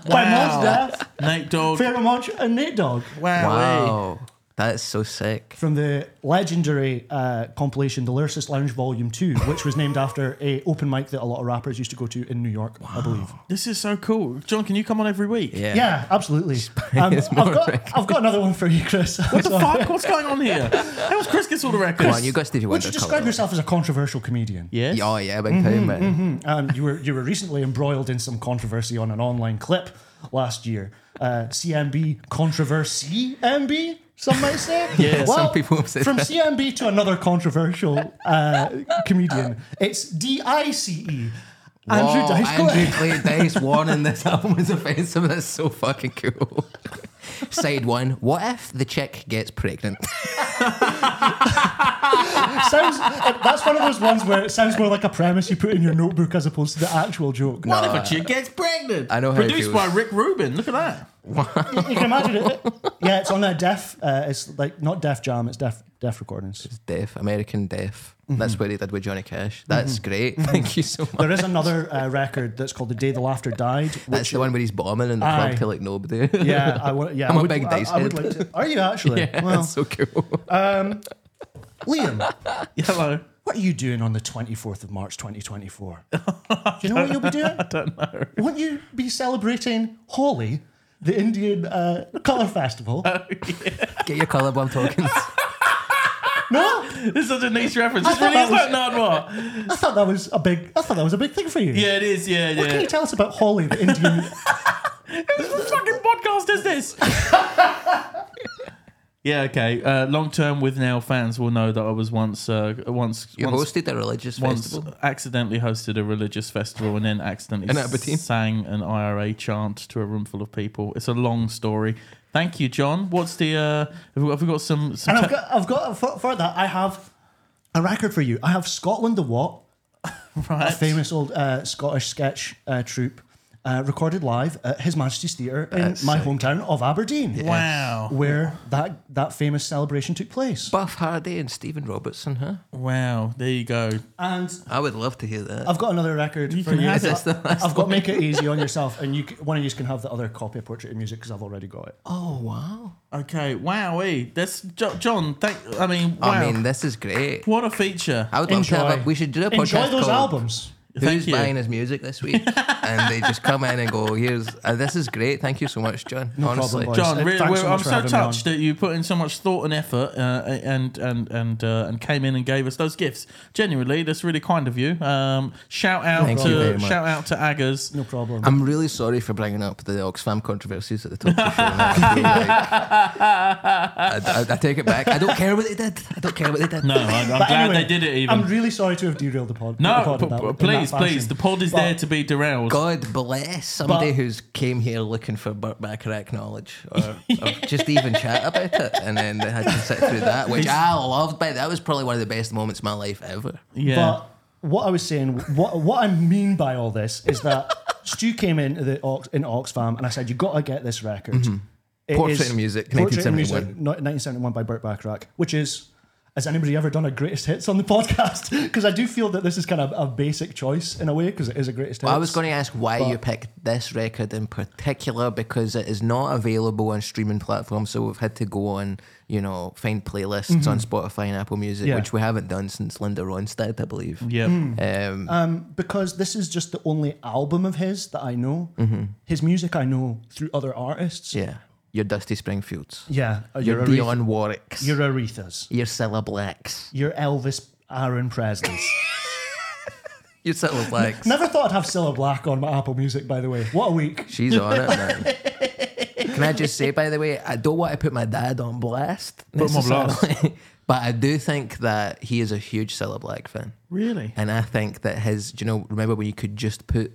D: By Mons Def,
A: Nate Dogg.
D: Pharaoh Monch, and Nate Dogg
A: Wow.
B: Wow. That's so sick.
D: from the legendary uh, compilation The Lyricist Lounge Volume Two, which was named after a open mic that a lot of rappers used to go to in New York, I believe.
A: This is so cool. John, can you come on every week?
B: Yeah.
D: Yeah, absolutely. Um, I've
B: more
D: got I've got another one for you, Chris. What
A: The fuck? What's going on here? How was Chris gets all the records?
B: Come on, you got Stevie
D: Would
B: Wonder.
D: you
B: covered.
D: describe yourself as a controversial comedian?
A: Yes.
B: Yeah, Oh yeah, big time, man.
D: Um, you were you were recently embroiled in some controversy on an online clip last year. Uh, CMB controversy MB, some might say.
B: Yeah, some people have said
D: from
B: that.
D: CMB to another controversial uh, comedian. It's D I C E. Andrew
B: Whoa,
D: Dice Clay.
B: Andrew Clay Dice warning this album is offensive. That's so fucking cool. Side one: What if the chick gets pregnant?
D: sounds uh, that's one of those ones where it sounds more like a premise you put in your notebook as opposed to the actual joke.
A: What if a chick gets pregnant?
B: I know how it
A: Produced
B: feels.
A: by Rick Rubin. Look at that.
D: You can imagine it. Yeah, it's on a deaf. Uh, it's like not Def Jam. It's Def Def Recordings.
B: deaf, American deaf. That's what he did with Johnny Cash. That's great. Thank you so much.
D: There is another uh, record that's called The Day the Laughter Died.
B: That's
D: Which
B: the one where he's bombing in the
D: Aye.
B: club to like nobody.
D: Yeah, I want. Yeah,
B: I'm
D: I
B: a
D: would,
B: big
D: I-
B: dice
D: I would
B: head.
D: like to. Are you actually?
B: yeah,
D: well,
B: that's so cool.
D: Liam,
A: Hello.
D: What are you doing on the 24th of March 2024? Do you know what you'll be doing? I don't know. Won't you be celebrating Holi, the Indian uh, colour festival?
B: Get your colourblind tokens.
D: no?
A: It's such a niche reference. It's really is like Nardwar.
D: I thought that was a big I thought that was a big thing for you.
A: Yeah, it is. Yeah,
D: What can
A: yeah.
D: you tell us about Holi, the Indian
A: What fucking podcast is this? yeah, okay. Uh, Long term with now fans will know that I was once uh, once
B: You
A: once,
B: hosted a religious
A: once
B: festival.
A: accidentally hosted a religious festival and then accidentally
B: In Aberdeen.
A: sang an IRA chant to a room full of people. It's a long story. Thank you, John. What's the uh, have, we, have we got some? some
D: And I've
A: ta-
D: got, I've got for, for that, I have a record for you. I have Scotland the What,
A: right.
D: a famous old uh, Scottish sketch uh, troupe, uh, recorded live at His Majesty's Theatre in my hometown of Aberdeen,
A: Wow!
D: where that that famous celebration took place.
B: Buff Hardy and Stephen Robertson, huh?
A: Wow! There you go.
D: And
B: I would love to hear that.
D: I've got another record for
A: can
D: you.
A: have
D: I've got make it easy on yourself, and you c- one of you can have the other copy of Portrait of Music because I've already got it.
B: Oh wow!
A: Okay. Wowee. That's jo- John. Thank. I mean, wow.
B: I mean, this is great.
A: what a feature.
B: I would love to have a, We should do a podcast
D: Enjoy those
B: called
D: albums.
A: Thank
B: Who's
A: you.
B: buying his music this week? and they just come in and go, "Here's uh, this is great. Thank you so much, John. Honestly,
D: problem, boys.
A: John,
D: Uh,
A: really,
D: thanks
A: we're-
D: so
A: I'm
D: much for
A: so
D: having me on.
A: touched that you put in so much thought and effort, uh, and and and uh, and came in and gave us those gifts. Genuinely, that's really kind of you. Um, shout out
B: Thank
A: to
B: you very much.
A: shout out to Aggers.
D: No problem.
B: I'm really sorry for bringing up the Oxfam controversies at the top of the show. I, feel like- I- I- I take it back. I don't care what they did. I don't care what they did.
A: No, I'm, I'm
D: But
A: glad
D: anyway,
A: they did it. Even
D: I'm really sorry to have derailed the pod. the
A: no,
D: pod in
A: p-
D: that-
A: p-
D: in that
A: please,
D: fashion.
A: please. The pod is
D: But-
A: there to be derailed.
B: God bless somebody
D: But-
B: who's came here looking for Burt Bacharach knowledge or, or just even chat about it. And then they had to sit through that, which I loved. But that was probably one of the best moments of my life ever.
A: yeah.
D: But what I was saying, what what I mean by all this is that Stu came into the Ox, in Oxfam and I said, you got to get this record. It
B: Mm-hmm. Portrait
D: is-
B: and Music,
D: Portrait and
B: 1971.
D: no- 1971 by Burt Bacharach, which is, has anybody ever done a greatest hits on the podcast? Because I do feel that this is kind of a basic choice in a way, because it is a greatest hits.
B: I was going to ask why you picked this record in particular because it is not available on streaming platforms. So we've had to go on, you know, find playlists on Spotify and Apple Music,
D: Yeah.
B: which we haven't done since Linda Ronstadt, I believe.
A: yeah.
D: mm.
B: Um,
D: because this is just the only album of his that I know. His music I know through other artists.
B: Mm-hmm. yeah. Your Dusty Springfields.
D: Yeah, uh,
B: Your
D: Aretha-
B: Dionne Warwicks.
D: your
B: Your,
D: Arethas,
B: Cilla Blacks.
D: your Elvis Aaron Presleys.
B: Your Cilla Blacks.
D: Never thought I'd have Cilla Black on my Apple Music, by the way. What a week.
B: She's on it, man. Can I just say, by the way, I don't want to put my dad on blast.
A: Put him on blast.
B: necessarily, But I do think that he is a huge Cilla Black fan.
A: Really?
B: And I think that his, do you know, remember when you could just put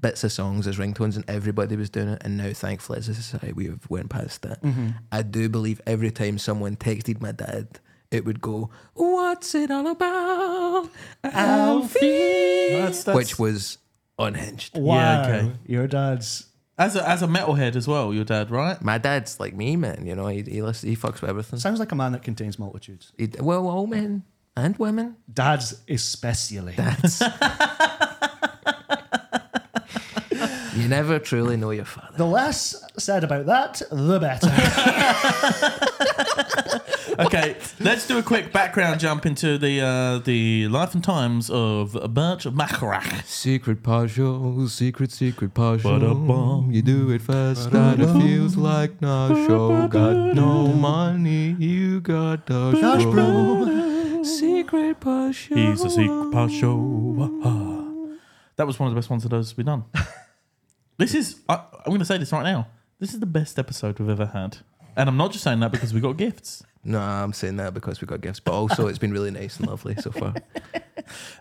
B: bits of songs as ringtones and everybody was doing it, and now thankfully as a society we have went past that.
A: Mm-hmm.
B: I do believe every time someone texted my dad, it would go, "What's it all about, Alfie?"
A: Ah, That's, that's,
B: Which was unhinged.
D: Wow.
A: okay.
D: Your dad's.
A: as a as a metalhead as well. Your dad, right?
B: My dad's like me, man. You know, he he, listens, he fucks with everything.
D: Sounds like a man that contains multitudes.
B: He, well, all men and women.
D: Dad's especially.
B: You never truly know your father.
D: The less said about that, the better.
A: Okay, let's do a quick background jump into the uh, the life and times of Bert Bacharach.
E: Secret partial, secret, secret partial. You do it fast and it feels like no show. Got no money, you got a
D: Gosh,
E: show.
D: bro.
E: Secret partial.
A: He's a secret part show. That was one of the best ones of those we've done. This is, I, I'm going to say this right now. This is the best episode we've ever had. And I'm not just saying that because we got gifts.
B: No, I'm saying that because we got gifts, but also it's been really nice and lovely so far.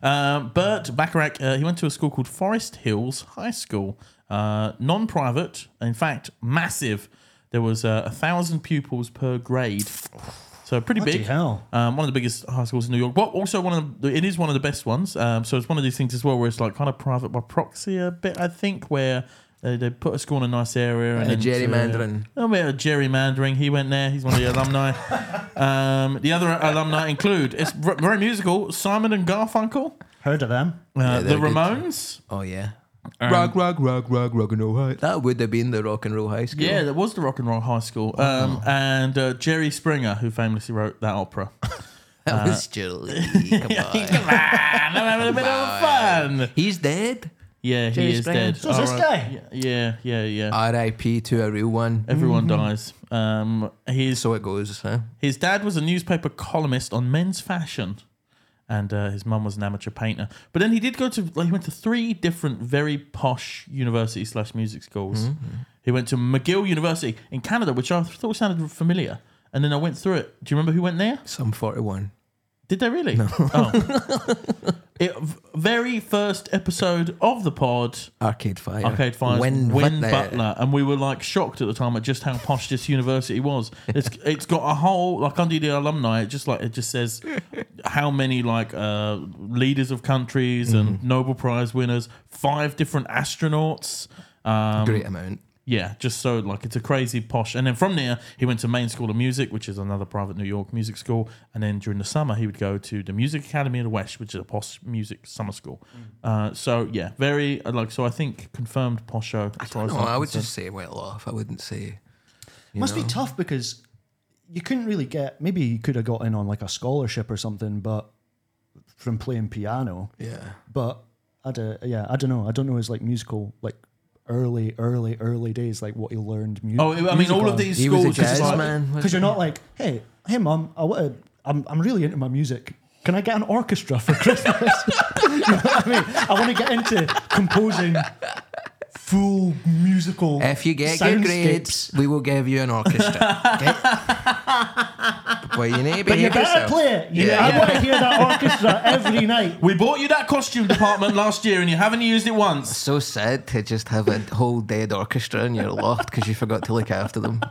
A: Um, Bert Bacharach, uh, he went to a school called Forest Hills High School, uh, non private, in fact, massive. There was uh, a thousand pupils per grade. So pretty
D: Bloody
A: big.
D: hell.
A: Um, one of the biggest high schools in New York, but also one of the, it is one of the best ones. Um, so it's one of these things as well where it's like kind of private by proxy a bit, I think, where they, they put a school in a nice area and
B: A
A: then to- Oh,
B: gerrymandering.
A: a bit of gerrymandering. He went there. He's one of the alumni. Um, the other alumni include it's r- very musical. Simon and Garfunkel,
D: Heard of them?
A: uh, the
B: they're good.
A: Ramones.
B: Oh yeah.
E: Rock, rock, rock, rock, rock and all right.
B: That would have been the rock and roll high school.
A: Yeah, that
B: Oh.
A: was the Rock and Roll High School. Um, And uh, Jerry Springer, who famously wrote that opera.
B: That was Julie. Come on.
A: I'm having a bit of fun.
B: He's dead.
A: Yeah, he
B: Jerry
A: is
B: Springer.
A: dead.
D: So's this
A: Alright.
D: guy.
A: Yeah, yeah, yeah. yeah.
B: R.I.P. to a real one.
A: Everyone dies. Um, his
B: So it goes. Huh?
A: his dad was a newspaper columnist on men's fashion, and uh, his mum was an amateur painter. But then he did go to like, he went to three different very posh university slash music schools. He went to McGill University in Canada, which I thought sounded familiar. And then I went through it. Do you remember who went there?
B: Some 41.
A: Did they really? Oh. it, v- very first episode of the pod.
B: Arcade Fire.
A: Arcade Fire's Win,
B: Butler.
A: Butler. and we were like shocked at the time at just how posh this university was. It's it's got a whole like under the alumni, it just like it just says how many like uh, leaders of countries and Nobel Prize winners, five different astronauts. Um,
B: Great amount.
A: yeah, just so like it's a crazy posh. And then from there, he went to Main School of Music, which is another private New York music school. And then during the summer, he would go to the Music Academy of the West, which is a posh music summer school.
B: Mm.
A: Uh, so yeah, very uh, like so. I think confirmed posho. As far
B: No,
A: as I'm
B: I would
A: concerned.
B: just say well off. I wouldn't say. you
D: Must
B: know.
D: be tough because you couldn't really get. Maybe you could have got in on like a scholarship or something, but from playing piano.
B: Yeah.
D: But I do, yeah, I don't know. I don't know his like musical like early, early, early days, like what he learned music.
A: Oh, I mean, all of these
B: He
A: schools.
B: was a
A: just
B: jazz
A: like-
B: man.
D: because you're not like, hey, hey, mom, I want to. I'm, I'm really into my music. Can I get an orchestra for Christmas? you know what I mean, I want to get into composing full musical.
B: If you get good
D: soundscapes.
B: grades, we will give you an orchestra. okay? Well, you need to
D: But you
B: behave
D: better
B: yourself.
D: play it. You-
B: Yeah,
D: I
B: yeah.
D: want to hear that orchestra every night.
A: We bought you that costume department last year, and you haven't used it once.
B: So sad to just have a whole dead orchestra in your loft because you forgot to look after them.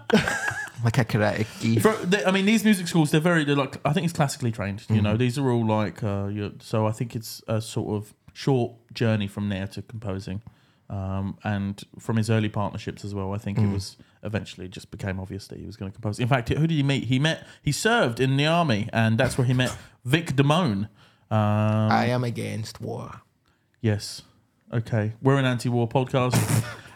B: like a karate gi.
A: For, they, I mean, these music schools, they're very, they're like, I think it's classically trained. You know, these are all like, uh, you so I think it's a sort of short journey from there to composing. Um, and from his early partnerships as well, I think it was eventually just became obvious that he was going to compose. In fact, who did he meet? He met, he served in the army, and that's where he met Vic Damone. Um,
B: I am against war.
A: yes. Okay. We're an anti war podcast.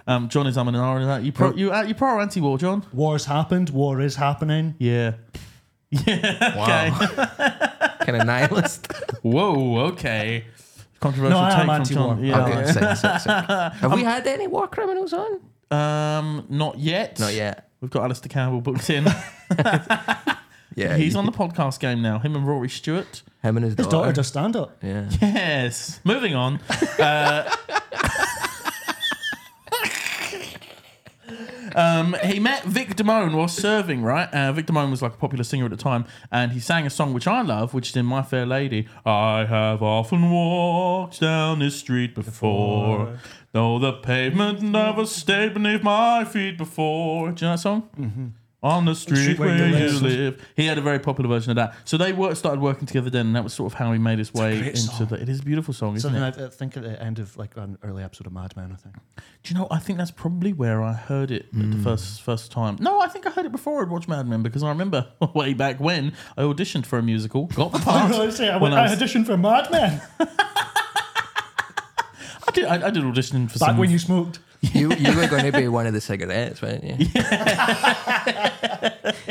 A: um, John is, I'm an R. that. You pro, you, uh, you pro or anti war, John?
D: War's happened. War is happening.
A: Yeah.
B: Wow. kind of nihilist.
A: Whoa, okay. Controversial
D: No, I
A: take
D: am
A: from
D: anti-war.
A: John. Yeah.
B: Okay, sick, sick, sick. Have
D: Um,
B: we had any war criminals on?
A: Um, not yet.
B: Not yet.
A: We've got Alistair Campbell booked in.
B: Yeah.
A: He's on the podcast game now. Him and Rory Stewart.
B: Him and his,
D: His daughter does stand up.
B: Yeah.
A: Yes. Moving on. Uh, um, he met Vic Damone while serving, right? Uh, Vic Damone was like a popular singer at the time, and he sang a song which I love, which is in My Fair Lady. I have often walked down this street before, though the pavement never stayed beneath my feet before. Do you know that song? On the street
D: Mm-hmm. where
A: where
D: you
A: you
D: live.
A: live. He had a very popular version of that. So they worked, started working together then, and that was sort of how he made his way
D: great
A: into
D: song.
A: the. It is a beautiful song, isn't
D: Something
A: it?
D: I I think at the end of like an early episode of Mad Men, I think.
A: Do you know? I think that's probably where I heard it the
D: Hmm.
A: first first time. No, I think I heard it before I'd watched Mad Men because I remember way back when I auditioned for a musical, got the part.
D: I, was saying, I,
A: when
D: went- I
A: I was-
D: auditioned for Mad Men
A: I did. I, I did audition for
D: back
A: some.
D: when you smoked.
B: You, you were going to be one of the cigarettes, weren't you?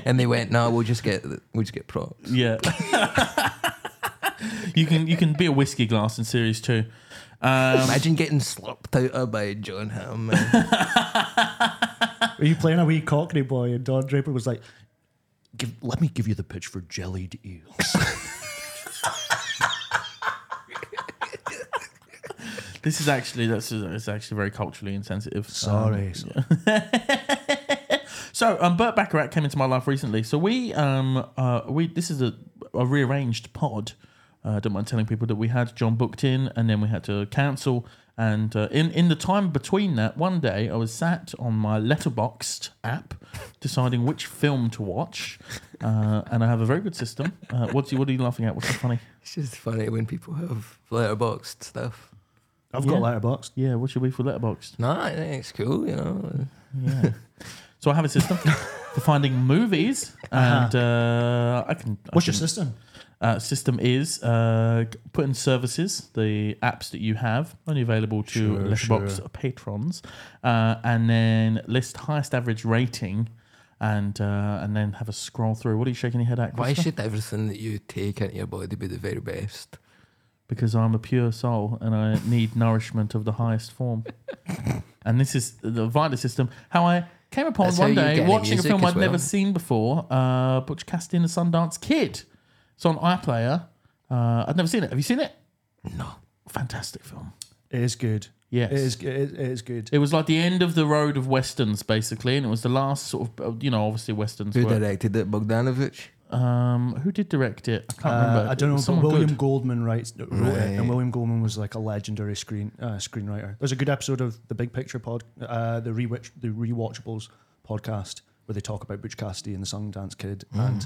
B: and they went, no, we'll just get we'll just get props.
A: yeah. you can you can be a whiskey glass in series two. Um,
B: Imagine getting slopped out of by John Hamm. man.
D: Were you playing a wee cockney boy? And Don Draper was like, give, "Let me give you the pitch for jellied eels."
A: this is actually that's it's actually very culturally insensitive.
D: Sorry, so-
A: So, um, Burt Bacharach came into my life recently. So we, um, uh, we this is a, a rearranged pod. Uh, I don't mind telling people that we had John booked in, and then we had to cancel. And uh, in in the time between that, one day I was sat on my Letterboxed app, deciding which film to watch. Uh, and I have a very good system. Uh, what's you, what are you laughing at? What's so funny?
B: it's just funny when people have letterboxed stuff.
D: I've
A: Yeah.
D: got letterboxed.
A: Yeah, what should we for Letterboxed?
B: No, I think it's cool, you know.
A: Yeah. so I have a system for finding movies, and uh, I can. I
D: Uh-huh. What's your
A: can-
D: system?
A: uh, system is uh, put in services, the apps that you have, only available to Letterboxd patrons, uh, and then list highest average rating and uh, and then have a scroll through. What are you shaking your head at?
B: Why
A: Christopher?
B: should everything that you take into your body be the very best?
A: because I'm a pure soul and I need nourishment of the highest form. and this is the Vita system. How I came upon
B: That's how
A: one
B: you get
A: day
B: into
A: watching a
B: music
A: film
B: as
A: I'd never
B: well.
A: seen before, uh, Butch Cassidy and the Sundance Kid. It's on iPlayer. Uh, I'd never seen it. Have you seen it?
B: No.
A: Fantastic film.
D: It is good.
A: Yes.
D: It is. It, it is good.
A: It was like the end of the road of westerns, basically, and it was the last sort of, uh, you know, obviously westerns.
B: Who
A: were-
B: directed it? Bogdanovich?
A: Um, who did direct it? I can't
D: Uh,
A: remember.
D: I don't
A: It
D: know,
A: was
D: but
A: someone
D: William
A: good.
D: Goldman writes, wrote it,
B: Right.
D: and William Goldman was like a legendary screen uh, screenwriter. There's a good episode of the Big Picture pod, uh, the rewatch, the rewatchables podcast, where they talk about Butch Cassidy and the Sundance Kid,
A: Mm.
D: and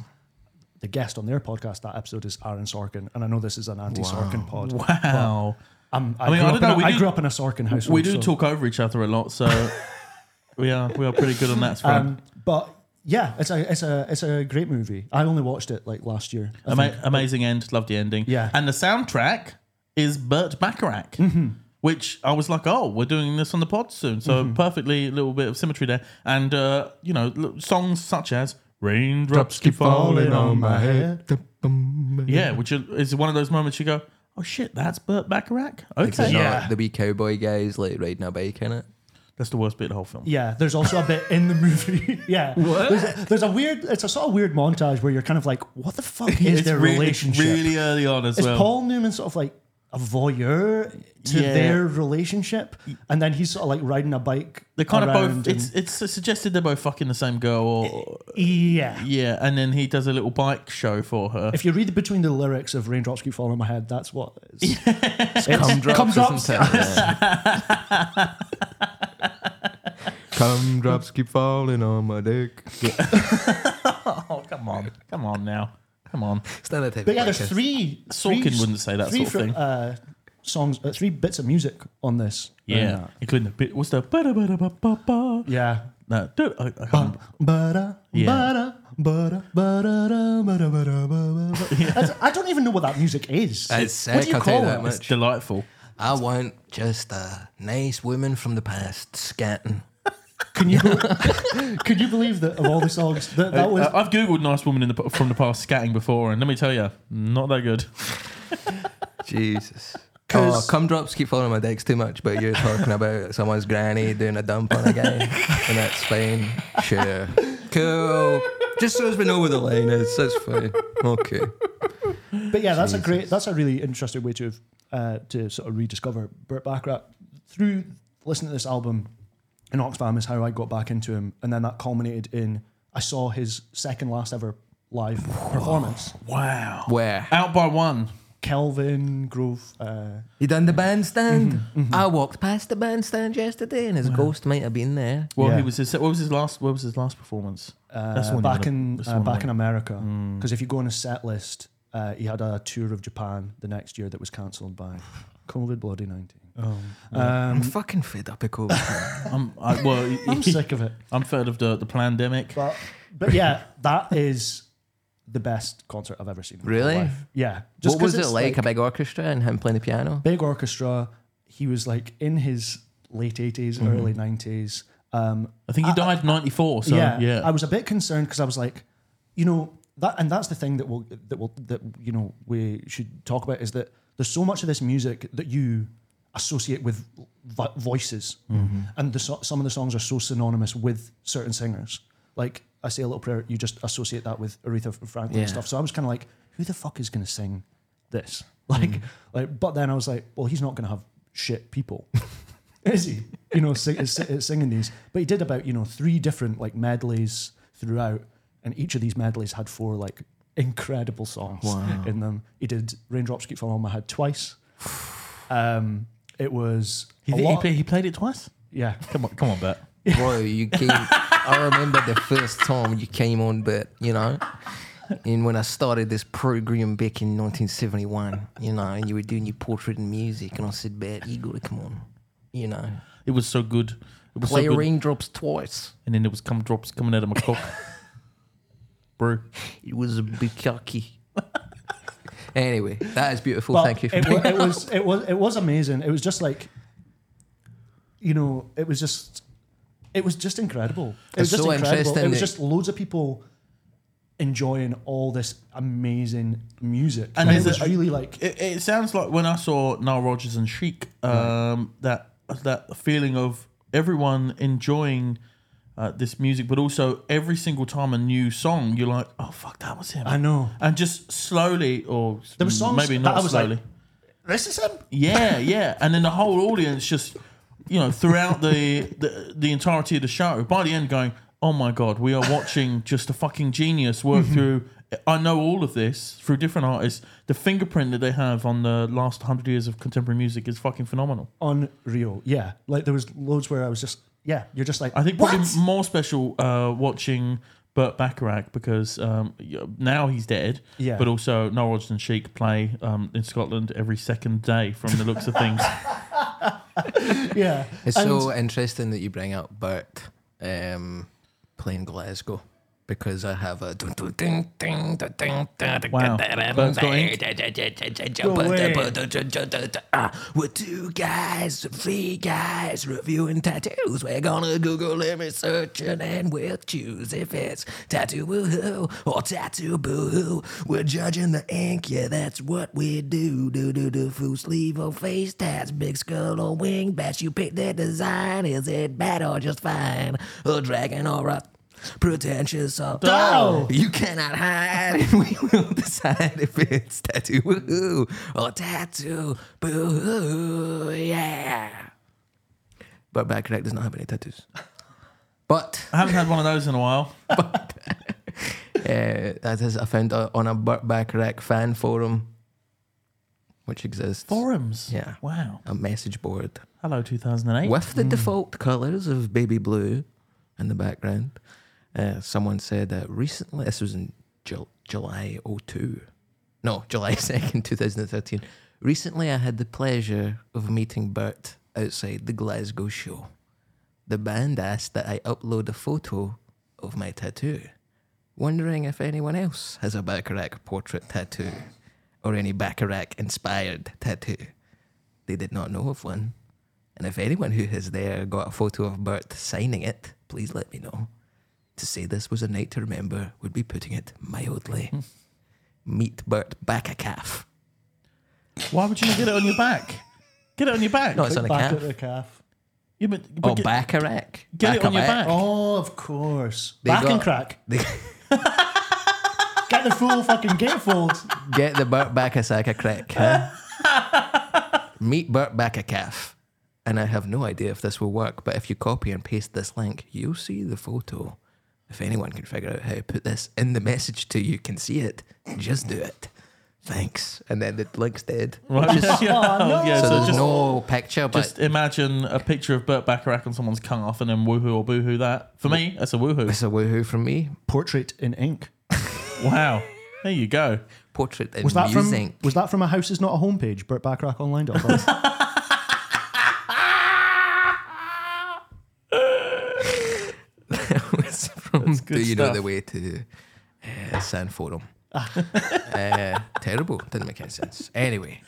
D: the guest on their podcast that episode is Aaron Sorkin, and I know this is an anti-Sorkin pod.
A: Wow.
D: Um, I,
A: I mean,
D: grew
A: I
D: up
A: don't
D: in
A: know,
D: a-
A: we
D: I
A: do-
D: grew up in a Sorkin household.
A: We do
D: so-
A: talk over each other a lot, so we are we are pretty good on that front.
D: Um, but yeah, it's a it's a it's a great movie. I only watched it like last year. I
A: Ama-
D: think.
A: amazing end, loved the ending.
D: Yeah.
A: and the soundtrack is Burt Bacharach, which I was like, oh, we're doing this on the pod soon, so perfectly a little bit of symmetry there, and uh, you know, l- songs such as "Raindrops Keep Falling on My Head," yeah, which is one of those moments you go, oh shit, that's Burt Bacharach. Okay,
B: Yeah. the wee cowboy guys like riding a bike in it.
A: that's the worst bit of the whole film.
D: Yeah, there's also a bit in the movie. yeah, There's, a, there's a weird. It's a sort of weird montage where you're kind of like, what the fuck is
A: It's
D: their
A: really- it's
D: relationship?
A: really early on as
D: is
A: well.
D: Paul Newman sort of like a voyeur to
A: Yeah.
D: their relationship, and then he's sort of like riding a bike.
A: They're kind
D: around
A: of both.
D: and-
A: It's it's suggested they're both fucking the same girl, or
D: yeah.
A: yeah, and then he does a little bike show for her.
D: If you read between the lyrics of "Raindrops Keep Falling on My Head," that's what it's,
B: Come drops,
D: comes up.
B: isn't it? Yeah.
E: Come drops keep falling on my dick.
A: Oh, come on. Come on now. Come on.
B: It's not that type
D: But
B: of
D: yeah, there's
B: podcast.
D: three.
A: Sorkin
D: three-
A: wouldn't say that sort
D: three
A: of
D: fr-
A: thing.
D: Uh, songs, uh, three bits of music on this. uh,
A: Yeah. Including the bit. What's the. ba-da-ba-da-ba-ba-ba?
D: yeah.
A: No, dude, I, I can't remember. Mm. Yeah.
D: That's- I don't even know what that music is.
B: That's
D: What do
B: sick,
D: you
B: I'll tell you
D: call
B: that
D: it?
B: much.
A: It's delightful.
B: I want just a nice woman from the past scatting.
D: Can you believe, could you believe that of all the songs that that was?
A: Uh, I've Googled Nice Woman in the, p- from the Past scatting before, and let me tell you, not that good.
B: Jesus.
D: 'Cause-
B: Oh, cum drops keep falling on my dick's too much, but you're talking about someone's granny doing a dump on a guy, and that's fine. Sure. Cool. Just so as we know where the line is, that's fine. Okay.
D: But yeah, that's a great. That's a really interesting way to have, uh, to sort of rediscover Burt Bacharach through listening to this album. In Oxfam is how I got back into him, and then that culminated in I saw his second last ever live performance.
A: Wow.
B: Where?
A: Out by one.
D: Kelvin Grove. Uh,
B: You done the bandstand? I walked past the bandstand yesterday, and his ghost might have been there.
A: Well,
D: Yeah.
A: he was his, what was his last? What was his last performance?
D: uh,
A: That's the one you
D: back
A: wanna- Mm.
D: in
A: that's the
D: uh,
A: one I
D: back in
A: want.
D: America. Because if you go on a set list, uh, he had a tour of Japan the next year that was cancelled by COVID bloody nineteen.
A: Oh,
B: I'm
D: um,
B: fucking fed up of COVID.
A: I'm, I, well,
D: I'm sick of it.
A: I'm fed of the the pandemic.
D: But but yeah, that is the best concert I've ever seen. in my
B: Really?
D: life. Yeah.
B: what
D: 'cause
B: was it
D: it's
B: like? A big orchestra and him playing the piano?
D: big orchestra? He was like in his late 80s,
B: Mm-hmm.
D: early 90s. Um,
A: I think he died ninety four. So yeah,
D: yeah, I was a bit concerned because I was like, you know, that and that's the thing that will that will that you know we should talk about is that there's so much of this music that you associate with vo- voices, and the, so- some of the songs are so synonymous with certain singers. Like I say, a little prayer, you just associate that with Aretha Franklin and
B: Yeah.
D: stuff. So I was kind of like, who the fuck is gonna sing this? Like, like, but then I was like, well, he's not gonna have shit people is he? You know, sing, is, is singing these. But he did about you know three different like medleys throughout, and each of these medleys had four like incredible songs in them. He did "Raindrops Keep Falling on My Head" twice. Um, it was
A: He,
D: a
A: he,
D: lot-
A: play, he played it twice.
D: yeah.
A: Come on, come on, Bert.
B: Bro, you came. I remember the first time you came on, but you know, and when I started this program back in 1971, you know, and you were doing your portrait and music, and I said, "Bet you gotta come on," you know,
A: It was so good. It was
B: play
A: so good.
B: raindrops twice.
A: and then there was cum drops coming out of my cock. Bro,
B: It was a bit cocky. anyway, that is beautiful.
D: But
B: Thank you. For
D: It, wa-
B: that.
D: it was it was it was amazing. It was just like, you know, it was just. It was just incredible. It was
B: It's
D: just
B: so
D: incredible.
B: interesting
D: It was
B: that-
D: just loads of people enjoying all this amazing music.
A: And
D: And,
A: is
D: it was
A: it-
D: really like
A: It, it sounds like when I saw Nile Rodgers and Chic, um, that that feeling of everyone enjoying uh, this music, but also every single time a new song, you're like, oh fuck, that was him.
D: I know.
A: And just slowly, or
D: There were songs
A: maybe
D: that
A: not
D: I was like-
A: slowly.
D: this is him.
A: Yeah, yeah. And then the whole audience just, you know, throughout the, the the entirety of the show, by the end going, oh my God, we are watching just a fucking genius work
D: Mm-hmm.
A: through. I know all of this through different artists. The fingerprint that they have on the last 100 years of contemporary music is fucking phenomenal.
D: Unreal. Yeah. Like there was loads where I was just yeah, you're just like
A: I think
D: what?
A: probably more special uh, watching Burt Bacharach because um, y- now he's dead,
D: Yeah.
A: but also Noel Rodgers and Sheik play um, in Scotland every second day from the looks of things.
D: yeah.
B: It's
D: And-
B: so interesting that you bring up Bert um, playing Glasgow because I have a dun dun dun dun dun dun dun dun
A: Wow.
B: dun
A: Bert's got ink.
B: Uh, dun. Ah, We're two guys, three guys reviewing tattoos. We're gonna Google every search and then we'll choose if it's tattoo woohoo or tattoo boohoo. We're judging the ink, yeah, that's what we do. Do do do full sleeve or face tats, big skull or wing bats. You pick the design, is it bad or just fine? A dragon or a pretentious or
D: Doll.
B: you cannot hide. Oh! We will decide if it's tattoo woohoo or tattoo boohoo. Yeah. But Backrack does not have any tattoos. But
A: I haven't had one of those in a while.
B: uh, that is I found out on a Burt Backrack fan forum, which exists.
A: Forums.
B: Yeah.
A: Wow.
B: A message board
A: Hello, 2008.
B: with the default colours of baby blue in the background. Uh, someone said that recently, this was in Jul- July 02, no, July 2nd, 2013. Recently, I had the pleasure of meeting Bert outside the Glasgow show. The band asked that I upload a photo of my tattoo, wondering if anyone else has a Bacharach portrait tattoo or any Bacharach inspired tattoo. They did not know of one. And if anyone who is there got a photo of Bert signing it, please let me know. To say this was a night to remember would be putting it mildly.
A: Hmm.
B: Meet Bert back a calf.
A: Why would you get it on your back? Get it on your back.
B: No, it's on a
D: back
B: calf.
D: at the calf.
A: Yeah, but- but
B: Oh,
A: get-
B: back a rack.
A: Get it
B: Back a
A: on your
B: rack.
A: back.
D: Oh, of course.
B: They
D: Back
B: got-
D: and crack.
B: They-
D: Get the full fucking gatefold.
B: Get the Bert back a sack a crack. Huh? Meet Bert back a calf. And I have no idea if this will work, but if you copy and paste this link, you'll see the photo. If anyone can figure out how to put this in the message to you, can see it, just do it. Thanks. And then the link's dead.
A: Right. yeah. yeah,
B: So
A: so
B: there's
A: just,
B: no picture, but
A: just imagine a picture of Burt Bacharach on someone's calf and then woohoo or boohoo that. For me, that's a woohoo.
B: it's a woohoo from me.
D: Portrait in ink.
A: Wow. There you go.
B: Portrait and
D: Was that
B: music.
D: from was that from a house is not a homepage, BurtBackrackOnline.com?
B: That was from Do
A: good
B: You Know
A: stuff.
B: the Way to uh, San Forum. uh, terrible. Didn't make any sense. Anyway,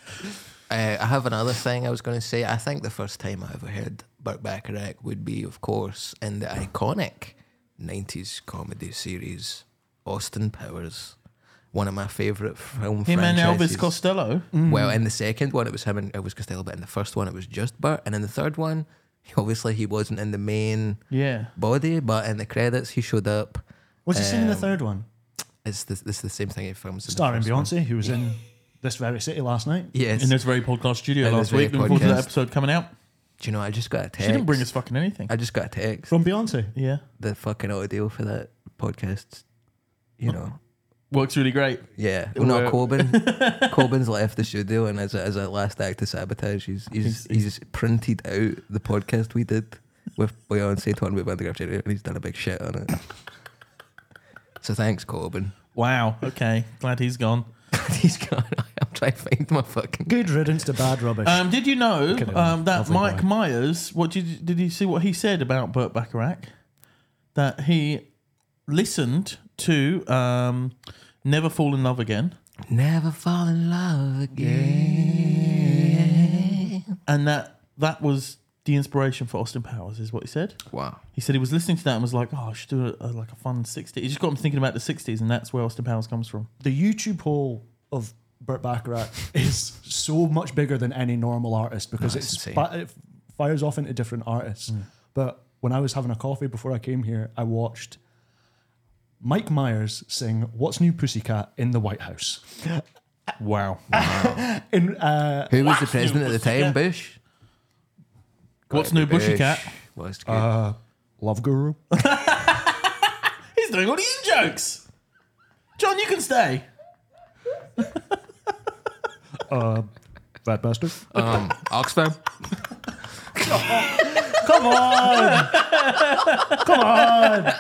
B: uh, I have another thing I was going to say. I think the first time I ever heard Burt Bacharach would be, of course, in the iconic 90s comedy series Austin Powers. One of my favourite film
A: Him and
B: franchises.
A: Elvis Mm. Costello.
B: Well, in the second one, it was him and Elvis Costello, but in the first one, it was just Bert. And in the third one, obviously, he wasn't in the main
A: Yeah.
B: body, but in the credits, he showed up.
D: What's he saying in the
B: Um,
D: third one?
B: It's the, it's the same thing he films. in the
D: Starring
B: first one.
D: Beyonce, who was in this very city last night.
B: Yes.
A: In this very podcast studio
B: In this
A: last week.
B: very
A: Looking forward to that
B: podcast.
A: episode coming out.
B: Do you know, I just got a text.
A: She didn't bring us fucking anything.
B: I just got a text.
D: From Beyonce.
A: Yeah.
B: The fucking audio for that podcast, you know.
A: Works really great.
B: Yeah, well, no,
A: Well-
B: Corbin. Corbin's left the studio, and as a, as a last act of sabotage, he's he's, he's printed out the podcast we did with Beyonce talking about Underground Generator, and he's done a big shit on it. so thanks, Corbin.
A: Wow. Okay. Glad he's gone.
B: he's gone. I'm trying to find my fucking.
D: Good riddance to bad rubbish.
A: Um, did you know
D: at him.
A: um, that
D: Lovely
A: Mike
D: guy.
A: Myers? What did you, did you see? What he said about Burt Bacharach? That he listened to um, "Never Fall in Love Again"
B: Never fall in love again.
A: and that that was the inspiration for Austin Powers, is what he said.
B: Wow.
A: He said he was listening to that and was like, "Oh, I should do a, a- like a fun 60s." It just got him thinking about the 60s, and that's where Austin Powers comes from.
D: the YouTube hole of Burt Bacharach is so much bigger than any normal artist because
B: Nice
D: it's
B: to see.
D: fi- it fires off into different artists. But when I was having a coffee before I came here, I watched Mike Myers sing "What's New Pussycat" in the White House.
A: Wow.
D: In uh,
B: Who was the president at the time? Bush.
A: What's new, Bushy Cat?
B: Was good.
D: Love Guru,
A: He's doing all the in jokes. John, you can stay.
D: that bastard.
B: um, Oxfam.
D: Come on, come on.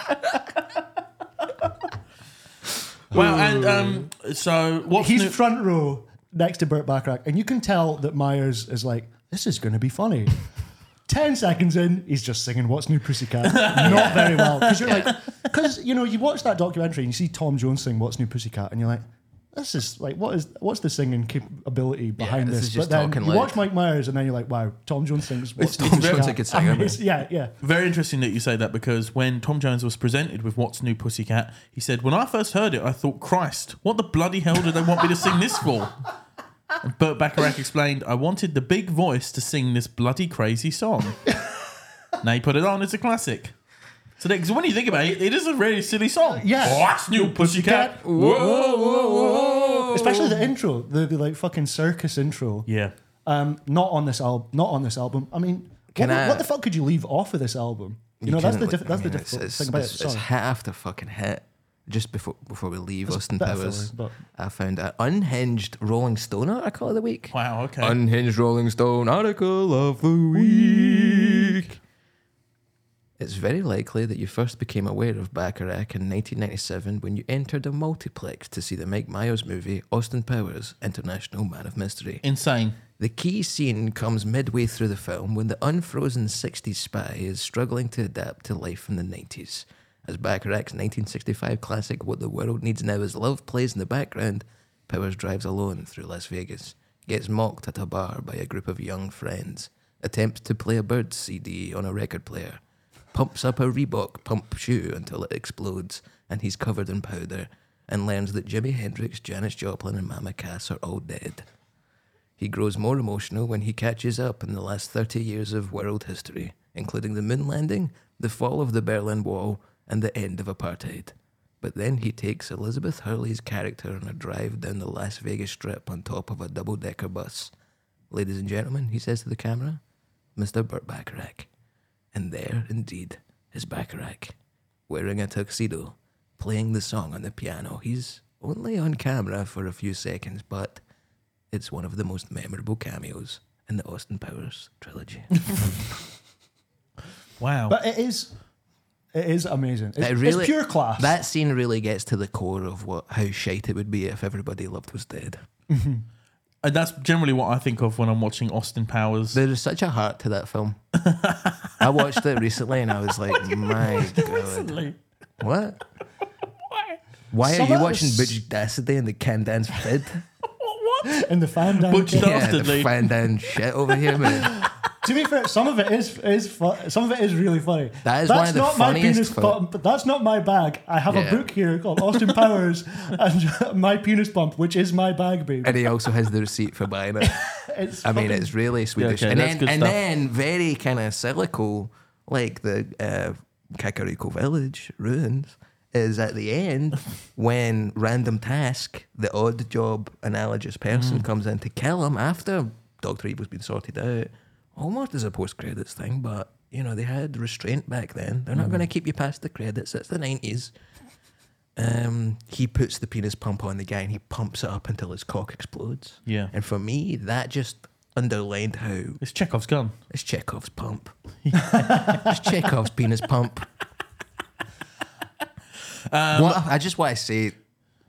A: Well, and um, so what's
D: He's
A: new?
D: front row next to Burt Bacharach, and you can tell that Myers is like, "This is going to be funny." Ten seconds in, he's just singing "What's New Pussycat," not very well. Because you're like, because you know, you watch that documentary and you see Tom Jones sing "What's New Pussycat," and you're like, "This is like, what is what's the singing capability behind
B: this
D: this?"
B: is just
D: but then
B: talking
D: you
B: like-
D: watch Mike Myers, and then you're like, "Wow, Tom Jones sings What's New
B: Tom Jones
D: Pussycat."
B: that could sing, isn't Oh,
D: It's- yeah, yeah.
A: Very interesting that you say that because when Tom Jones was presented with What's New Pussycat, he said, When I first heard it, I thought, Christ, what the bloody hell do they want me to sing this for? And Burt Bacharach explained, I wanted the big voice to sing this bloody crazy song. now he put it on, it's a classic. So that, 'cause when you think about it, it is a really silly song.
D: Yeah.
A: What's New Pussycat?
B: oh,
D: Especially the intro, the, the like fucking circus intro.
A: Yeah.
D: Um, not on this album. Not on this album. I mean,
B: Can
D: what,
B: I-
D: what the fuck could you leave off of this album? You, know, that's the
B: couldn't look-
D: diff- that's
B: I
D: the
B: mean,
D: difficult
B: it's,
D: thing
B: it's,
D: about it.
B: it's,
D: Sorry.
B: It's hit after fucking hit. Just before before we leave Austin
D: bit of
B: Powers,
D: filler,
B: I found an unhinged Rolling Stone article of the week.
A: Wow, okay.
B: Unhinged Rolling Stone article of the week. It's very likely that you first became aware of Bacharach in 1997 when you entered a multiplex to see the Mike Myers movie Austin Powers, International Man of Mystery.
A: Insane.
B: The key scene comes midway through the film when the unfrozen 60s spy is struggling to adapt to life in the 90s. As Bacharach's 1965 classic, What the World Needs Now is Love, plays in the background, Powers drives alone through Las Vegas, gets mocked at a bar by a group of young friends, attempts to play a Bird CD on a record player, pumps up a Reebok pump shoe until it explodes and he's covered in powder, and learns that Jimi Hendrix, Janis Joplin, and Mama Cass are all dead. He grows more emotional when he catches up in the last 30 years of world history, including the moon landing, the fall of the Berlin Wall, and the end of apartheid. But then he takes Elizabeth Hurley's character on a drive down the Las Vegas Strip on top of a double decker bus. Ladies and gentlemen, he says to the camera, Mr. Burt Bacharach. And there, indeed, is Bacharach, wearing a tuxedo, playing the song on the piano. He's only on camera for a few seconds, but it's one of the most memorable cameos in the Austin Powers trilogy.
A: Wow.
D: But it is, it is amazing. It's,
B: That
D: it's
B: really-
D: pure class.
B: that scene really gets to the core of what how shite it would be if everybody loved was dead.
A: and that's generally what I think of when I'm watching Austin Powers.
B: There is such a heart to that film. I watched it recently and I was like, my god, what? Why are
D: Some
B: you
D: of
B: watching
D: us-
B: Butch Dastardly and the Can Dance Fid?
D: and the fan down
A: Butch
D: there.
A: Dog.
B: yeah, the
A: Dastardly.
B: fan dance shit over here, man.
D: To be fair, some of it is is fu- some of it is really funny.
B: That is
D: that's
B: one of the
D: not my
B: funniest
D: penis
B: fu-
D: bump. That's not my bag. I have
B: Yeah.
D: a book here called Austin Powers and my penis bump, which is my bag, baby.
B: And he also has the receipt for buying it.
D: It's
B: I mean,
D: fucking-
B: it's really Swedish.
A: okay,
B: and
A: that's
B: then,
A: good
B: and
A: stuff.
B: then very kind of cynical, like the uh, Kakariko Village ruins, is at the end when Random Task, the odd job analogous
A: Mm.
B: person, comes in to kill him after Dr. Evil's been sorted out. Almost as a post credits thing, but you know, they had restraint back then. They're not
A: Mm.
B: going to keep you past the credits. It's the 90s. Um, he puts the penis pump on the guy and he pumps it up until his cock explodes.
A: Yeah.
B: And for me, that just underlined how
A: it's Chekhov's gun.
B: it's Chekhov's pump. it's Chekhov's penis pump. What- I just want to say,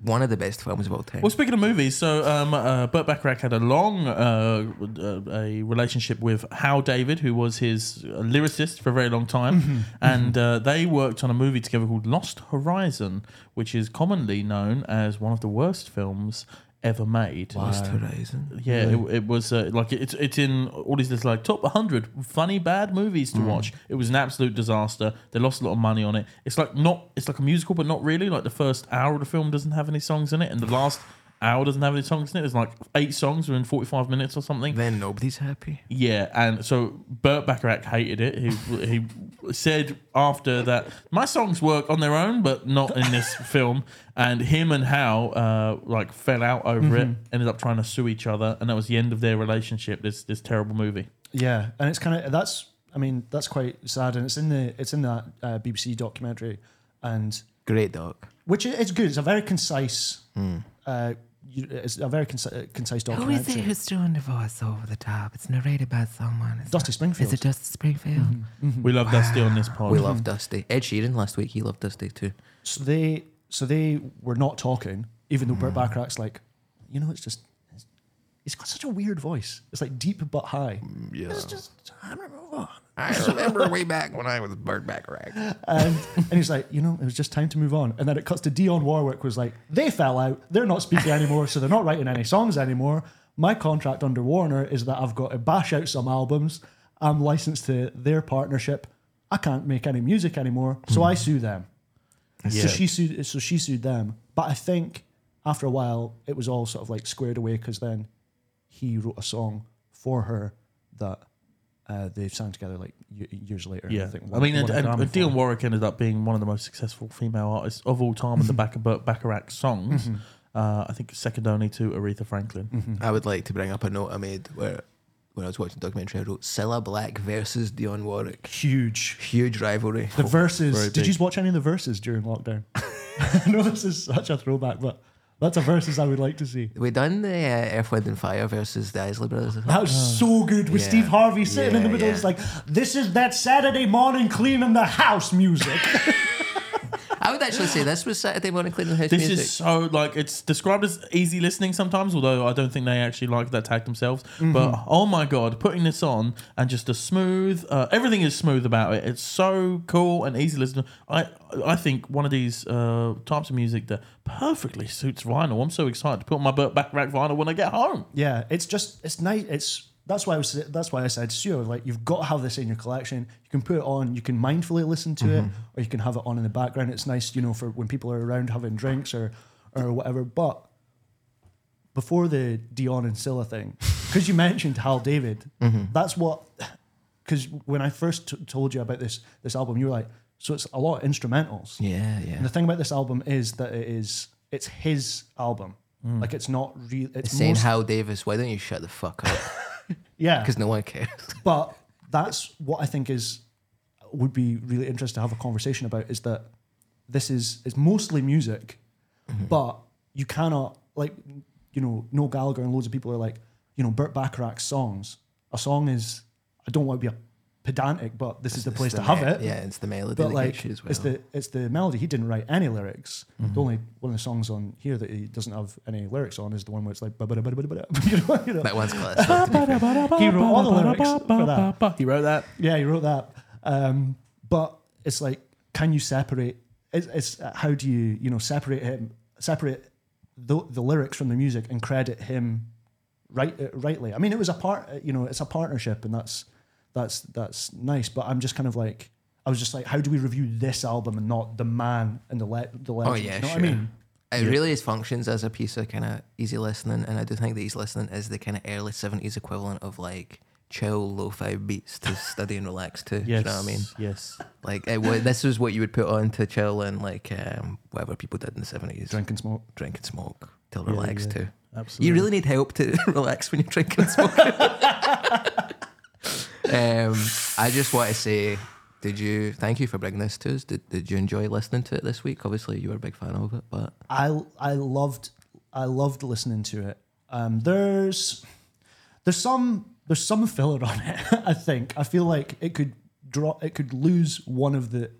B: one of the best films of all time.
A: Well, speaking of movies, so um, uh, Burt Bacharach had a long uh, uh, a relationship with Hal David, who was his uh, lyricist for a very long time, and uh, they worked on a movie together called Lost Horizon, which is commonly known as one of the worst films ever made.
B: Lost Horizon.
A: Yeah, it, it was uh, like it's it's in all these lists like top 100 funny bad movies to watch. It was an absolute disaster. They lost a lot of money on it. It's like not it's like a musical, but not really. Like the first hour of the film doesn't have any songs in it, and the last hour doesn't have any songs in it. There's like eight songs within 45 minutes or something.
B: Then nobody's happy.
A: Yeah, and so Burt Bacharach hated it. He he said after that, my songs work on their own, but not in this film. And him and Hal uh, like fell out over it, ended up trying to sue each other, and that was the end of their relationship. This this terrible movie.
D: Yeah, and it's kind of that's. I mean, that's quite sad, and it's in the it's in that uh, BBC documentary, and
B: Great doc.
D: which i- it's good. It's a very concise. Uh, you- it's a very conci- uh, concise
B: Who
D: documentary.
B: is it who's doing the voice over the top? It's narrated by someone. It's not-
D: Dusty
B: Is
D: Springfield. Mm-hmm.
B: it Dusty Springfield?
A: Mm-hmm. We love Dusty on this pod.
B: We love Dusty. Ed Sheeran last week, he loved Dusty too.
D: So they so they were not talking, even though Burt Bacharach's like, you know, it's just it's- he's got such a weird voice. It's like deep but high.
F: Yeah.
D: It's just I don't know.
B: I remember way back when I was Bird Bacharach.
D: And, and he's like, you know, it was just time to move on. And then it cuts to Dion Warwick was like, they fell out. They're not speaking anymore, so they're not writing any songs anymore. My contract under Warner is that I've got to bash out some albums. I'm licensed to their partnership. I can't make any music anymore,
A: Hmm.
D: so I sue them. So she sued. So she sued them. But I think after a while, it was all sort of like squared away because then he wrote a song for her that uh, they sang together like y- years later.
A: Yeah,
D: think
A: I
D: won-
A: mean,
D: won
A: and,
D: a
A: and,
D: Grammy
A: and
D: for it.
A: Dionne Warwick ended up being one of the most successful female artists of all time in the back of Burt Bacharach songs. Uh, I think second only to Aretha Franklin.
B: I would like to bring up a note I made where when I was watching the documentary, I wrote Cilla Black versus Dionne Warwick.
D: huge.
B: Huge rivalry.
D: The verses.
A: very
D: Did you watch any of the verses during lockdown? I know this is such a throwback, but that's a verses I would like to see.
B: We done the uh, Earth, Wind and Fire versus the Isley Brothers.
D: That was so good with
B: Oh, Yeah.
D: Steve Harvey sitting in the
B: Yeah,
D: middle.
B: yeah.
D: It's like, this is that Saturday morning cleaning the house music.
B: I would actually say this was Saturday morning cleaning house
A: This
B: music.
A: is so like it's described as easy listening sometimes, although I don't think they actually like that tag themselves.
D: Mm-hmm.
A: But oh my god, putting this on and just a smooth, uh, everything is smooth about it. It's so cool and easy listening. I I think one of these uh, types of music that perfectly suits vinyl. I'm so excited to put on my Burt Bacharach vinyl when I get home.
D: yeah, it's just, it's nice. It's, that's why I was, that's why I said, Sue, like, you've got to have this in your collection. You can put it on, you can mindfully listen to it,
B: Mm-hmm.
D: or you can have it on in the background. It's nice, you know, for when people are around having drinks or, or whatever. But before the Dion and Scylla thing, because you mentioned Hal David,
B: Mm-hmm.
D: that's what. Because when I first t- told you about this this album, you were like, so it's a lot of instrumentals.
B: yeah,
D: And
B: yeah.
D: the thing about this album is that it is it's his album. Like it's not real. It's
B: Mm. Saying
D: most,
B: Hal Davis, why don't you shut the fuck up?
D: yeah.
B: Because no one cares.
D: But that's what I think is would be really interesting to have a conversation about is that this is it's mostly music, but you cannot like you know Noel Gallagher and loads of people are like you know Burt Bacharach's songs. A song is I don't want to be a pedantic, but this is the
B: It's
D: place to
B: the
D: have
B: me-
D: it.
B: Yeah, it's the melody
D: But
B: that
D: like
B: gets you as well.
D: it's the it's the melody. He didn't write any lyrics. The only one of the songs on here that he doesn't have any lyrics on is the one where it's like ba ba da ba da ba da. You know, you know.
B: that one's classic.
D: He wrote all the lyrics for that.
A: He wrote that.
D: Yeah, he wrote that. Um, but it's like, can you separate? It's, it's uh, how do you you know separate him, separate the, the lyrics from the music, and credit him right uh, rightly? I mean, it was a part. uh, You know, it's a partnership, and that's that's that's nice. But I'm just kind of like, I was just like, how do we review this album and not the man and the le- the legend?
B: Oh, yeah,
D: you know
B: sure.
D: what I mean?
B: It really is functions as a piece of kind of easy listening, and I do think that easy listening is the kind of early seventies equivalent of like chill lo-fi beats to study and relax to.
A: Yes,
B: You know what I mean?
A: yes.
B: Like it was, this is what you would put on to chill and like um, whatever people did in the seventies: drink,
D: Drink and smoke.
B: and smoke till relax
A: yeah.
B: to.
A: Absolutely.
B: You really need help to relax when you're drinking and smoking. um, I just want to say, did you? Thank you for bringing this to us. Did, did you enjoy listening to it this week? Obviously, you were a big fan of it, but
D: I I loved I loved listening to it. Um, there's there's some there's some filler on it. I think I feel like it could draw it could lose one of the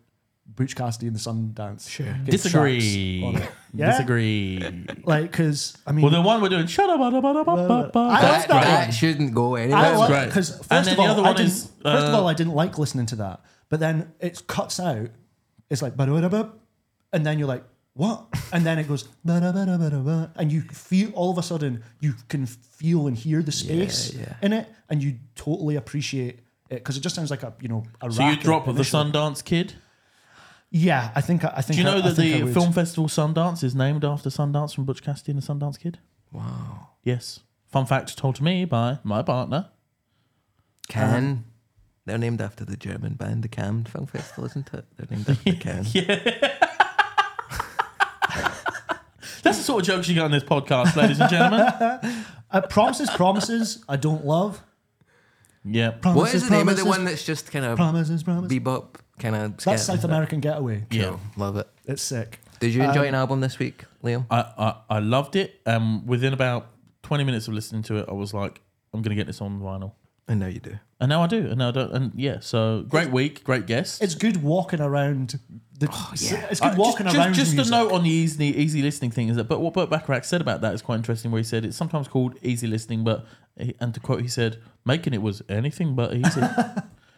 D: Butch Cassidy and the Sundance. Sure,
A: Disagree.
D: Yeah?
A: Disagree.
D: Like because I mean
A: Well, the one we're doing. Shut up.
D: I love
B: that,
D: that
B: that
D: one.
B: shouldn't go anywhere.
D: I like
A: great.
D: because
A: And then
D: first of
A: the
D: all
A: other
D: I
A: one
D: didn't
A: is,
D: first of
A: uh,
D: all I didn't like listening to that, but then it cuts out. It's like ba-da-da-ba, and then you're like what? And then it goes, "Ba-da, ba-da, ba-da, ba," and you feel all of a sudden you can feel and hear the space
E: yeah.
D: in it, and you totally appreciate it because it just sounds like a you know a.
A: So you
D: racket
A: drop with the
D: initially.
A: Sundance Kid?
D: Yeah, I think I, I think.
A: Do you
D: I-
A: know
D: I
A: that
D: think I
A: the
D: would.
A: film festival Sundance is named after Sundance from Butch Cassidy and the Sundance Kid?
E: Wow.
A: Yes. Fun fact told to me by my partner.
E: Can. Um, they're named after the German band, the Cannes Film Festival, isn't it? They're named after the Cannes.
A: That's the sort of jokes you get on this podcast, ladies and gentlemen.
D: Uh, promises, promises. I don't love.
A: yeah.
D: Promises,
E: What is the name of the one that's just kind of
D: Promises, promises.
E: bebop, kind of?
D: That's South American Getaway.
A: Yeah.
E: Love it.
D: It's sick.
E: Did you enjoy an album this week, Liam?
A: I, I, I loved it. Um, within about 20 minutes of listening to it, I was like, I'm going to get this on vinyl.
E: I know you do.
A: And now I do. And now I don't. And yeah, so great week, great guest.
D: It's good walking around. The,
E: Oh,
D: It's good
A: Uh,
D: walking
A: just,
D: around.
A: Just, just
D: music.
A: a note on the easy, easy listening thing is that, but what Burt Bacharach said about that is quite interesting. Where he said it's sometimes called easy listening, but he- and to quote, he said making it was anything but easy,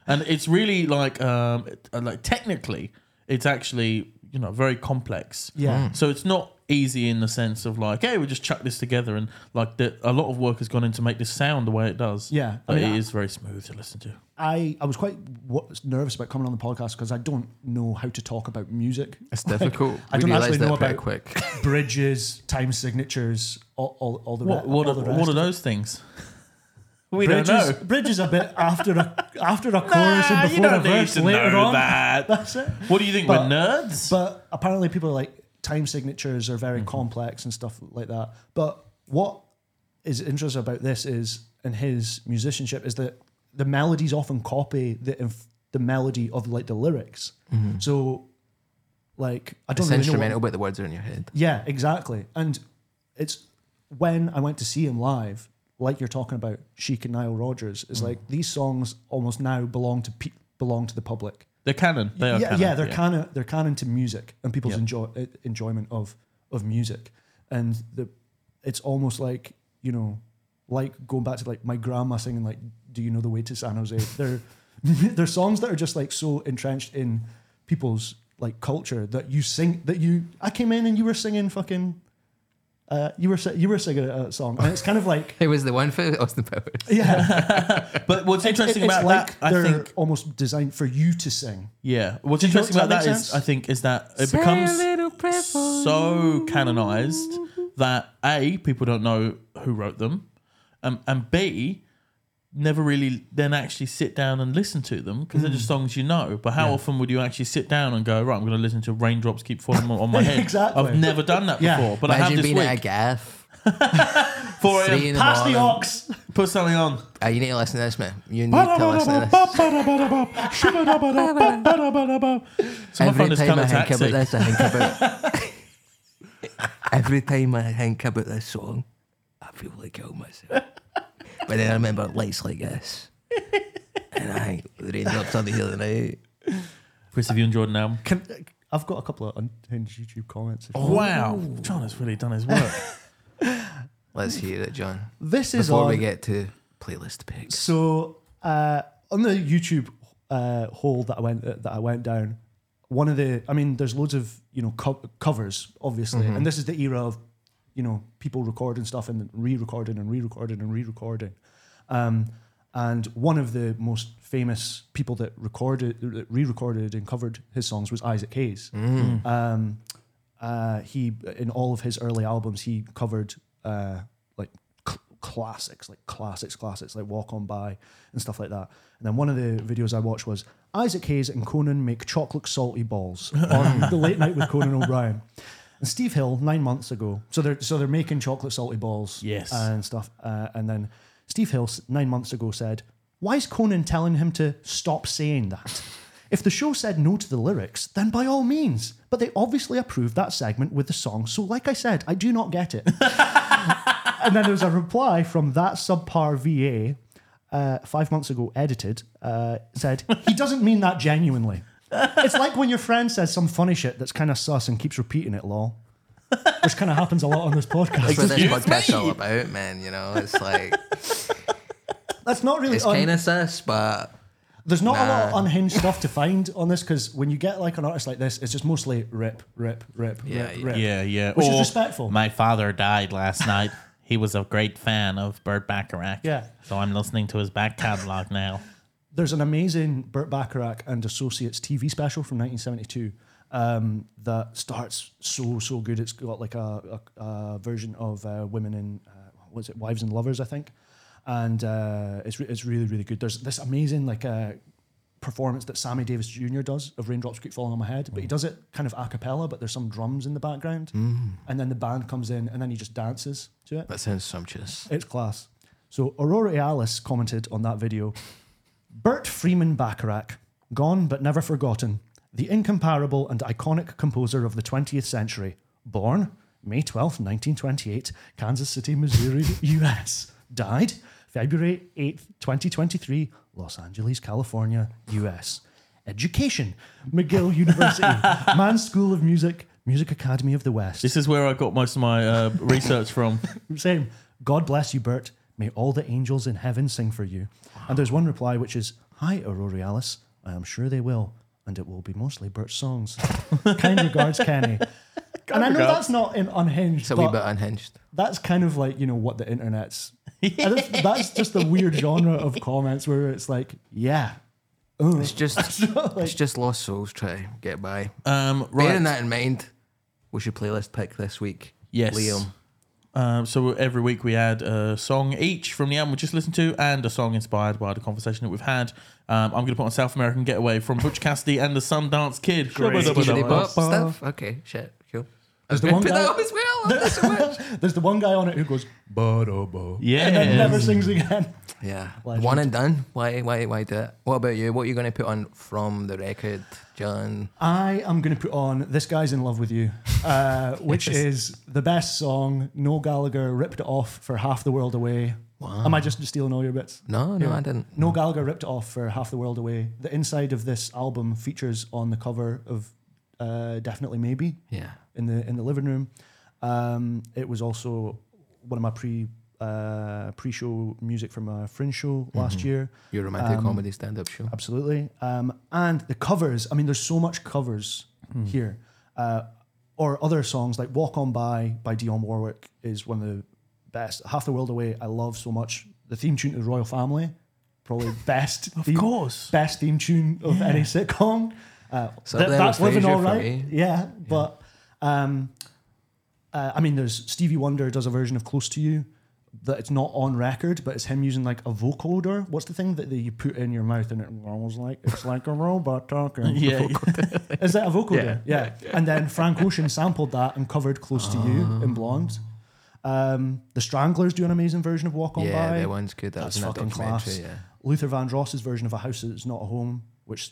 A: and it's really like um like technically it's actually you know very complex.
E: Hmm.
D: Yeah.
A: So it's not easy in the sense of like, hey, we just chuck this together and like that. A lot of work has gone in to make this sound the way it does.
D: Yeah.
A: But
D: I mean,
A: it
D: I-
A: is very smooth to listen to.
D: I, I was quite wa- nervous about coming on the podcast because I don't know how to talk about music.
E: It's difficult.
D: I
E: we
D: don't
E: realised
D: actually
E: that
D: know
E: pretty
D: about
E: quick.
D: bridges, time signatures, all, all, all the
A: What
D: re-
A: what
D: all
A: are,
D: the
A: what
D: rest.
A: are those things? We
D: Bridges, bridges a bit after a after a chorus
A: Nah,
D: and
A: you
D: before a
A: don't need
D: verse
A: to
D: later
A: know
D: on.
A: that.
D: That's it.
A: What do you think?
D: But-
A: we're nerds?
D: But apparently, people are like time signatures are very complex and stuff like that. But what is interesting about this is in his musicianship is that the melodies often copy the inf- the melody of like the lyrics. So, like I don't really
E: It's
D: know what-
E: instrumental, but the words are in your head.
D: yeah, exactly. And it's when I went to see him live, like you're talking about Chic and Nile Rodgers, it's like these songs almost now belong to pe- belong to the public.
A: They're canon. They are
D: yeah,
A: canon.
D: yeah, they're canon. They're canon to music and people's enjoy enjoy uh, enjoyment of of music, and the it's almost like you know, like going back to like my grandma singing like "Do you know the way to San Jose?" they're they're songs that are just like so entrenched in people's like culture that you sing that you. I came in and you were singing fucking. Uh, you were si- you were singing a a song, and it's kind of like
E: It was the one for Austin Powers.
D: yeah,
A: But what's interesting
D: it's
A: about
D: like
A: that, I
D: they're
A: think,
D: almost designed for you to sing.
A: yeah. What's
D: Do you know-
A: interesting
D: does
A: about
D: that
A: that
D: make
A: is,
D: sense?
A: I think, is that it becomes so canonized that a people don't know who wrote them, um, and b never really then actually sit down and listen to them because they're just songs you know. But how often would you actually sit down and go right? I'm going to listen to raindrops keep falling on my head.
D: Exactly.
A: I've never done that
D: Yeah.
A: before, but I have
E: Imagine
A: this
E: being at a
A: week.
E: gaff.
A: Four
E: Three in
A: a.m.
E: the
D: Pass the
E: morning.
D: ox.
A: Put something on.
E: Ah, you need to listen to this, man. You need to listen to this.
A: So my
E: Every
A: phone is
E: time
A: kind
E: I
A: of
E: think about
A: taxi.
E: this, I think about. Every time I think about this song, I feel like I'll myself. But then I remember lights like this, and I think the raindrops on the hill night.
A: Chris, have you enjoyed an album?
D: Can, I've got a couple of unhinged YouTube comments. if you-
A: Wow, Oh, John has really done his work.
E: Let's hear it, John.
D: This is
E: Before
D: on.
E: we get to playlist picks,
D: so uh, on the YouTube uh, hole that I went that I went down, one of the I mean, there's loads of you know co- covers obviously,
E: Mm-hmm.
D: and this is the era of you know people recording stuff and re-recording and re-recording and re-recording. Um, and one of the most famous people that recorded, that re-recorded, and covered his songs was Isaac Hayes. Um, uh, he in all of his early albums he covered uh, like cl- classics, like classics, classics, like Walk On By and stuff like that. And then one of the videos I watched was Isaac Hayes and Conan make chocolate salty balls on the Late Night with Conan O'Brien. And Steve Hill nine months ago, so they're so they're making chocolate salty balls,
A: Yes.
D: and stuff. Uh, and then Steve Hill s- nine months ago said, "Why is Conan telling him to stop saying that?" If the show said no to the lyrics, then by all means. But they obviously approved that segment with the song, so like I said, I do not get it. and then there was a reply from that subpar VA uh, five months ago, edited, uh, said, he doesn't mean that genuinely. It's like when your friend says some funny shit that's kind of sus and keeps repeating it, lol. Which kind of happens a lot on this
E: that's what
D: podcast.
E: this podcast's all about, man. You know, it's like
D: That's not really.
E: it's
D: un-
E: kind of sus, but
D: There's not a lot of unhinged stuff to find on this because when you get like an artist like this, it's just mostly rip, rip, rip, rip, rip.
A: Yeah, yeah.
D: Which is
A: Or,
D: respectful.
A: My father died last night. He was a great fan of Burt Bacharach.
D: Yeah.
A: So I'm listening to his back catalog now.
D: There's an amazing Burt Bacharach and Associates TV special from 1972 um, that starts so so good. It's got like a, a, a version of uh, women in uh, what was it wives and lovers, I think, and uh, it's re- it's really really good. There's this amazing like uh, performance that Sammy Davis Jr. does of Raindrops Keep Falling on My Head, but
A: Mm.
D: he does it kind of a cappella, but there's some drums in the background,
A: Mm-hmm.
D: and then the band comes in and then he just dances to it.
E: That sounds sumptuous.
D: It's class. So Aurora Alice commented on that video. Bert Freeman Bacharach, gone but never forgotten, the incomparable and iconic composer of the 20th century, born May 12, 1928, Kansas City, Missouri, US, died February 8, 2023, Los Angeles, California, US. Education, McGill University, Mann School of Music, Music Academy of the West.
A: This is where I got most of my uh, research from.
D: Same. God bless you, Bert. May all the angels in heaven sing for you. And there's one reply which is, Hi, Aurora Alice. I am sure they will. And it will be mostly Bert's songs. kind regards, Kenny. and I know that's not in unhinged,
E: It's a wee
D: but
E: bit unhinged.
D: that's kind of like, you know, what the internet's. and it's- that's just the weird genre of comments where it's like, yeah.
E: It's just, it's just lost souls trying to get by.
A: Um,
E: Bearing
A: right.
E: that in mind, what's your playlist pick this week?
A: Yes.
E: Liam.
A: Um, so every week we add a song each from the album we just listened to and a song inspired by the conversation that we've had. Um, I'm going to put on South American Getaway from Butch Cassidy and the Sundance Kid.
E: Skiddy bop stuff. Okay, shit, cool.
D: There's the one
E: Put
D: guy,
E: that on as well. Love that so much.
D: there's the one guy on it who goes, and then
A: Yeah.
D: never sings again.
E: Yeah,
D: Legend.
E: one and done. Why, why, why do it? What about you? What are you going to put on from the record, John?
D: I am going to put on This Guy's in Love with You, uh, which is the best song. Noel Gallagher ripped it off for Half the World Away. Am I just stealing all your bits?
E: No, no, I didn't.
D: Noel Gallagher ripped it off for Half the World Away. The inside of this album features on the cover of uh, Definitely Maybe
E: Yeah,
D: in the in the living room. Um, it was also one of my pre uh, pre show music from a fringe show last year.
E: your romantic comedy stand-up show.
D: Absolutely. Um, and the covers, I mean, there's so much covers here. Uh, or other songs like Walk On By by Dionne Warwick is one of the best. Half the World Away, I love so much. The theme tune to The Royal Family, probably best. of theme,
A: course.
D: Best theme tune of any sitcom. Uh,
E: So
D: that-
E: there
D: that's
E: with
D: living
E: Frasier
D: all
E: for
D: right.
E: me.
D: Yeah, but um, uh, I mean, there's Stevie Wonder does a version of Close to You that it's not on record, but it's him using like a vocoder. What's the thing that, that you put in your mouth and it rolls like it's like a robot talking?
A: Yeah.
D: Is that a vocoder? Yeah. And then Frank Ocean sampled that and covered Close to You in Blonde. Um, the Stranglers do an amazing version of Walk On
E: Yeah,
D: By.
E: that one's good. That
D: That's
E: was in a
D: fucking
E: documentary.
D: class.
E: Yeah.
D: Luther Vandross's version of A House That's Not a Home, which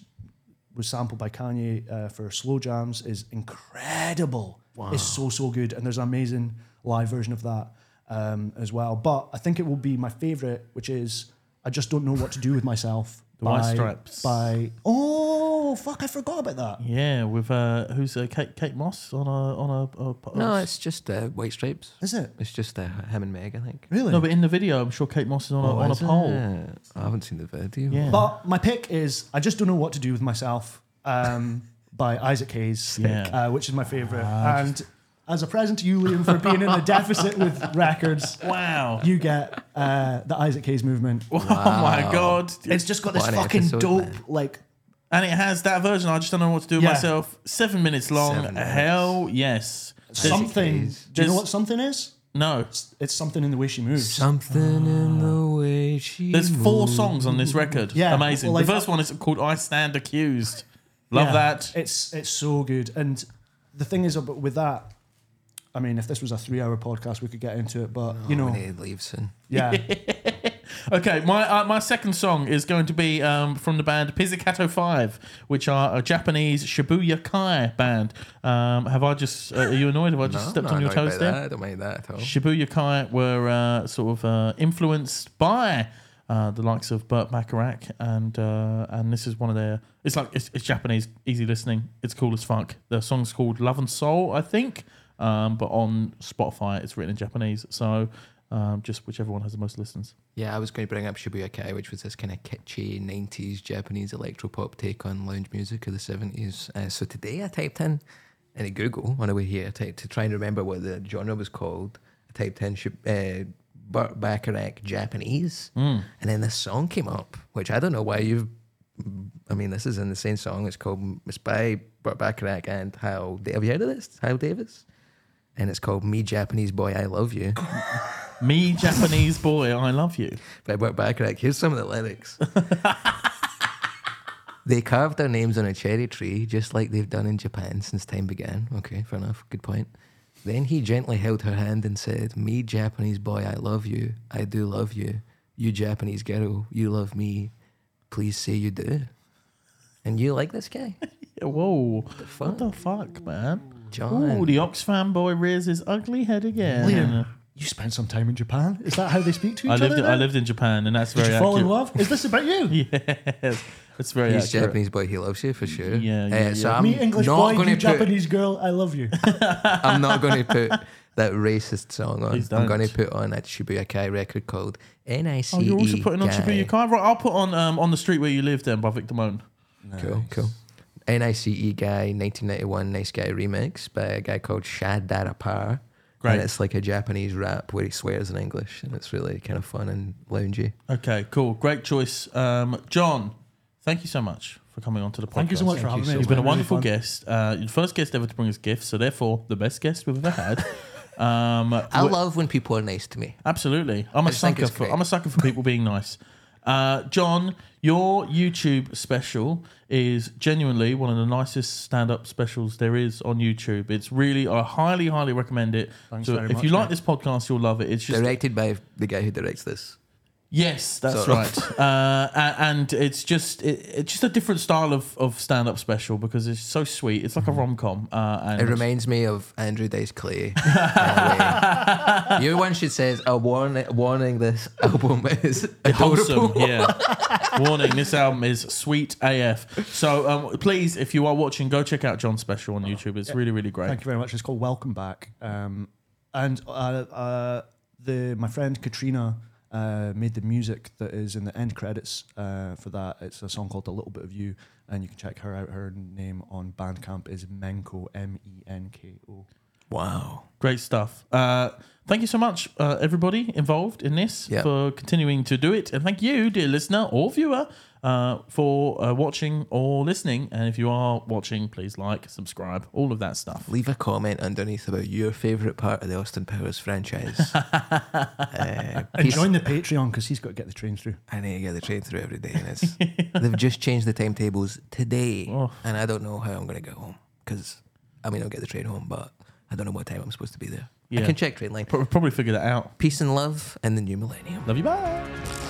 D: was sampled by Kanye uh, for slow jams, is incredible. It's so so good, and there's an amazing live version of that um, as well. But I think it will be my favorite, which is I just don't know what to do with myself. the
A: White Stripes.
D: By oh fuck, I forgot about that.
A: Yeah, with uh, who's uh, Kate Kate Moss on a on a, a, a
E: No, it's just uh, White Stripes.
D: Is it
E: It's just uh, him and Meg, I think. Oh,
D: really?
A: no, but in the video, I'm sure Kate Moss is on
B: Oh,
A: a, on a
E: is
A: pole.
E: it? I haven't seen the video.
A: Yeah.
D: But my pick is I just don't know what to do with myself um, by Isaac Hayes,
A: Yeah.
D: uh, which is my favorite.
E: Ah,
D: and as a present to you, Liam, for being in a deficit with records,
A: wow.
D: you get uh, the Isaac Hayes movement.
A: Oh my god.
D: It's just got this
E: What an
D: fucking
E: episode,
D: dope,
E: man.
D: like
A: And it has that version. I just don't know what to do with
D: Yeah.
A: myself. Seven minutes long.
E: Seven minutes.
A: Hell yes. There's-
D: something.
E: Hayes.
D: Do you know
A: There's-
D: what something is?
A: No.
D: It's something in the way she moves.
E: Something in the way she.
A: There's four songs on this record.
D: Yeah,
A: Amazing.
D: well, like-
A: the first one is called I Stand Accused. Love
D: Yeah.
A: that.
D: It's it's so good. And the thing is, about with that, I mean, if this was a three-hour podcast, we could get into it. But you know,
E: It leaves soon.
D: yeah,
A: Okay, my uh, my second song is going to be um, from the band Pizzicato Five, which are a Japanese Shibuya Kai band. Um, have I just? Uh, are you annoyed? Have I just
E: No,
A: stepped
E: no,
A: on your
E: I don't
A: toes
E: mind
A: there?
E: That. I don't mind that at all.
A: Shibuya Kai were uh, sort of uh, influenced by uh, the likes of Burt Bacharach, and uh, and this is one of their. It's like it's, it's Japanese, easy listening. It's cool as fuck. The song's called Love and Soul, I think, um, but on Spotify it's written in Japanese. So um, just whichever one has the most listens.
B: Yeah, I was going to bring up Shibuya Kai, which was this kind of kitschy 90s Japanese electropop take on lounge music of the 70s. Uh, so today I typed in, in a Google on the way here, typed, to try and remember what the genre was called, I typed in Shib- uh, Burt Bacharach Japanese, and then this song came up, which I don't know why you've. I mean, this is in the same song. It's called, it's by Burt Bacharach and Hal. Have you heard of this? Hal Davis? And it's called Me Japanese Boy, I Love You.
A: Me, Japanese boy, I love you.
B: But I went back and like, here's some of the lyrics. they carved their names on a cherry tree, just like they've done in Japan since time began. Okay, fair enough. Good point. Then he gently held her hand and said, Me, Japanese boy, I love you. I do love you. You, Japanese girl, you love me. Please say you do. And you like this guy,
A: Yeah, whoa. What the fuck, man?
B: John.
A: Oh, the Ox fanboy rears his ugly head again.
D: Liam, you spent some time in Japan. Is that how they speak to each
A: I
D: other?
A: lived,
D: now?
A: I lived in Japan, and that's
D: Did
A: very
D: you fall in
A: accurate.
D: love? Is this about you?
A: Yes, it's very
B: He's
A: accurate.
B: Japanese boy, he loves you for sure.
A: Yeah, yeah,
B: Uh, so
A: yeah.
B: I'm
D: Me, English
B: not
D: boy, you,
B: gonna put-
D: Japanese girl, I love you.
B: I'm not going to put that racist song on.
A: Please
B: I'm
A: don't.
B: going to put on a Shibuya Kai record called NICE.
A: Oh, you're also putting on
B: E Guy.
A: Shibuya Kai. Right, I'll put on um, on the street where you live then by Victor Moan.
B: Cool, cool. NICE E Guy 1991 Nice Guy remix by a guy called Shad Darapar.
A: Great.
B: And it's like a Japanese rap where he swears in English and it's really kind of fun and loungy.
A: Okay, cool. Great choice. Um, John, thank you so much for coming onto the podcast.
D: Thank you so much for having me.
A: You've been a wonderful guest. Uh, you're the first guest ever to bring us gifts, so therefore the best guest we've ever had. Um,
B: I
A: we-
B: love when people are nice to me.
A: absolutely. I'm a
B: just think
A: sucker
B: it's
A: for
B: great.
A: I'm a sucker for people being nice. Uh, John, your YouTube special is genuinely one of the nicest stand-up specials there is on YouTube. It's really I highly, highly recommend it. so
D: very
A: if
D: much,
A: you like
D: mate.
A: this podcast, you'll love it. It's just
B: Directed by the guy who directs this.
A: Yes, that's
B: Sort
A: right. uh, a- and it's just it, it's just a different style of, of stand up special because it's so sweet. It's like a rom com. Uh, and
B: Mm-hmm. It reminds me of Andrew Dice Clay. Uh, You're one should says a warning. Warning: This album is
A: wholesome.
B: adorable.
A: Yeah. Warning: This album is sweet AF. So um, please, if you are watching, go check out John's special on YouTube. It's really really great.
D: Thank you very much. It's called Welcome Back. Um, and uh, uh, the my friend Katrina uh, made the music that is in the end credits uh, for that. It's a song called A Little Bit of You, and you can check her out. Her name on Bandcamp is Menko, M E N K O.
B: Wow.
A: Great stuff. Uh, thank you so much, uh, everybody involved in this,
B: Yeah.
A: for continuing to do it. And thank you, dear listener or viewer, uh, for uh, watching or listening. And if you are watching, please like, subscribe, all of that stuff.
B: Leave a comment underneath about your favorite part of the Austin Powers franchise. uh,
D: And join the Patreon because he's got to get the train through.
B: I need to get the train through every day, and it's they've just changed the timetables today,
A: Oh.
B: and I don't know how I'm gonna get home because I mean I'll get the train home, but I don't know what time I'm supposed to be there.
A: Yeah.
B: I can check train line.
A: Pro- Probably figure that out.
B: Peace and love in the new millennium.
A: Love you. Bye.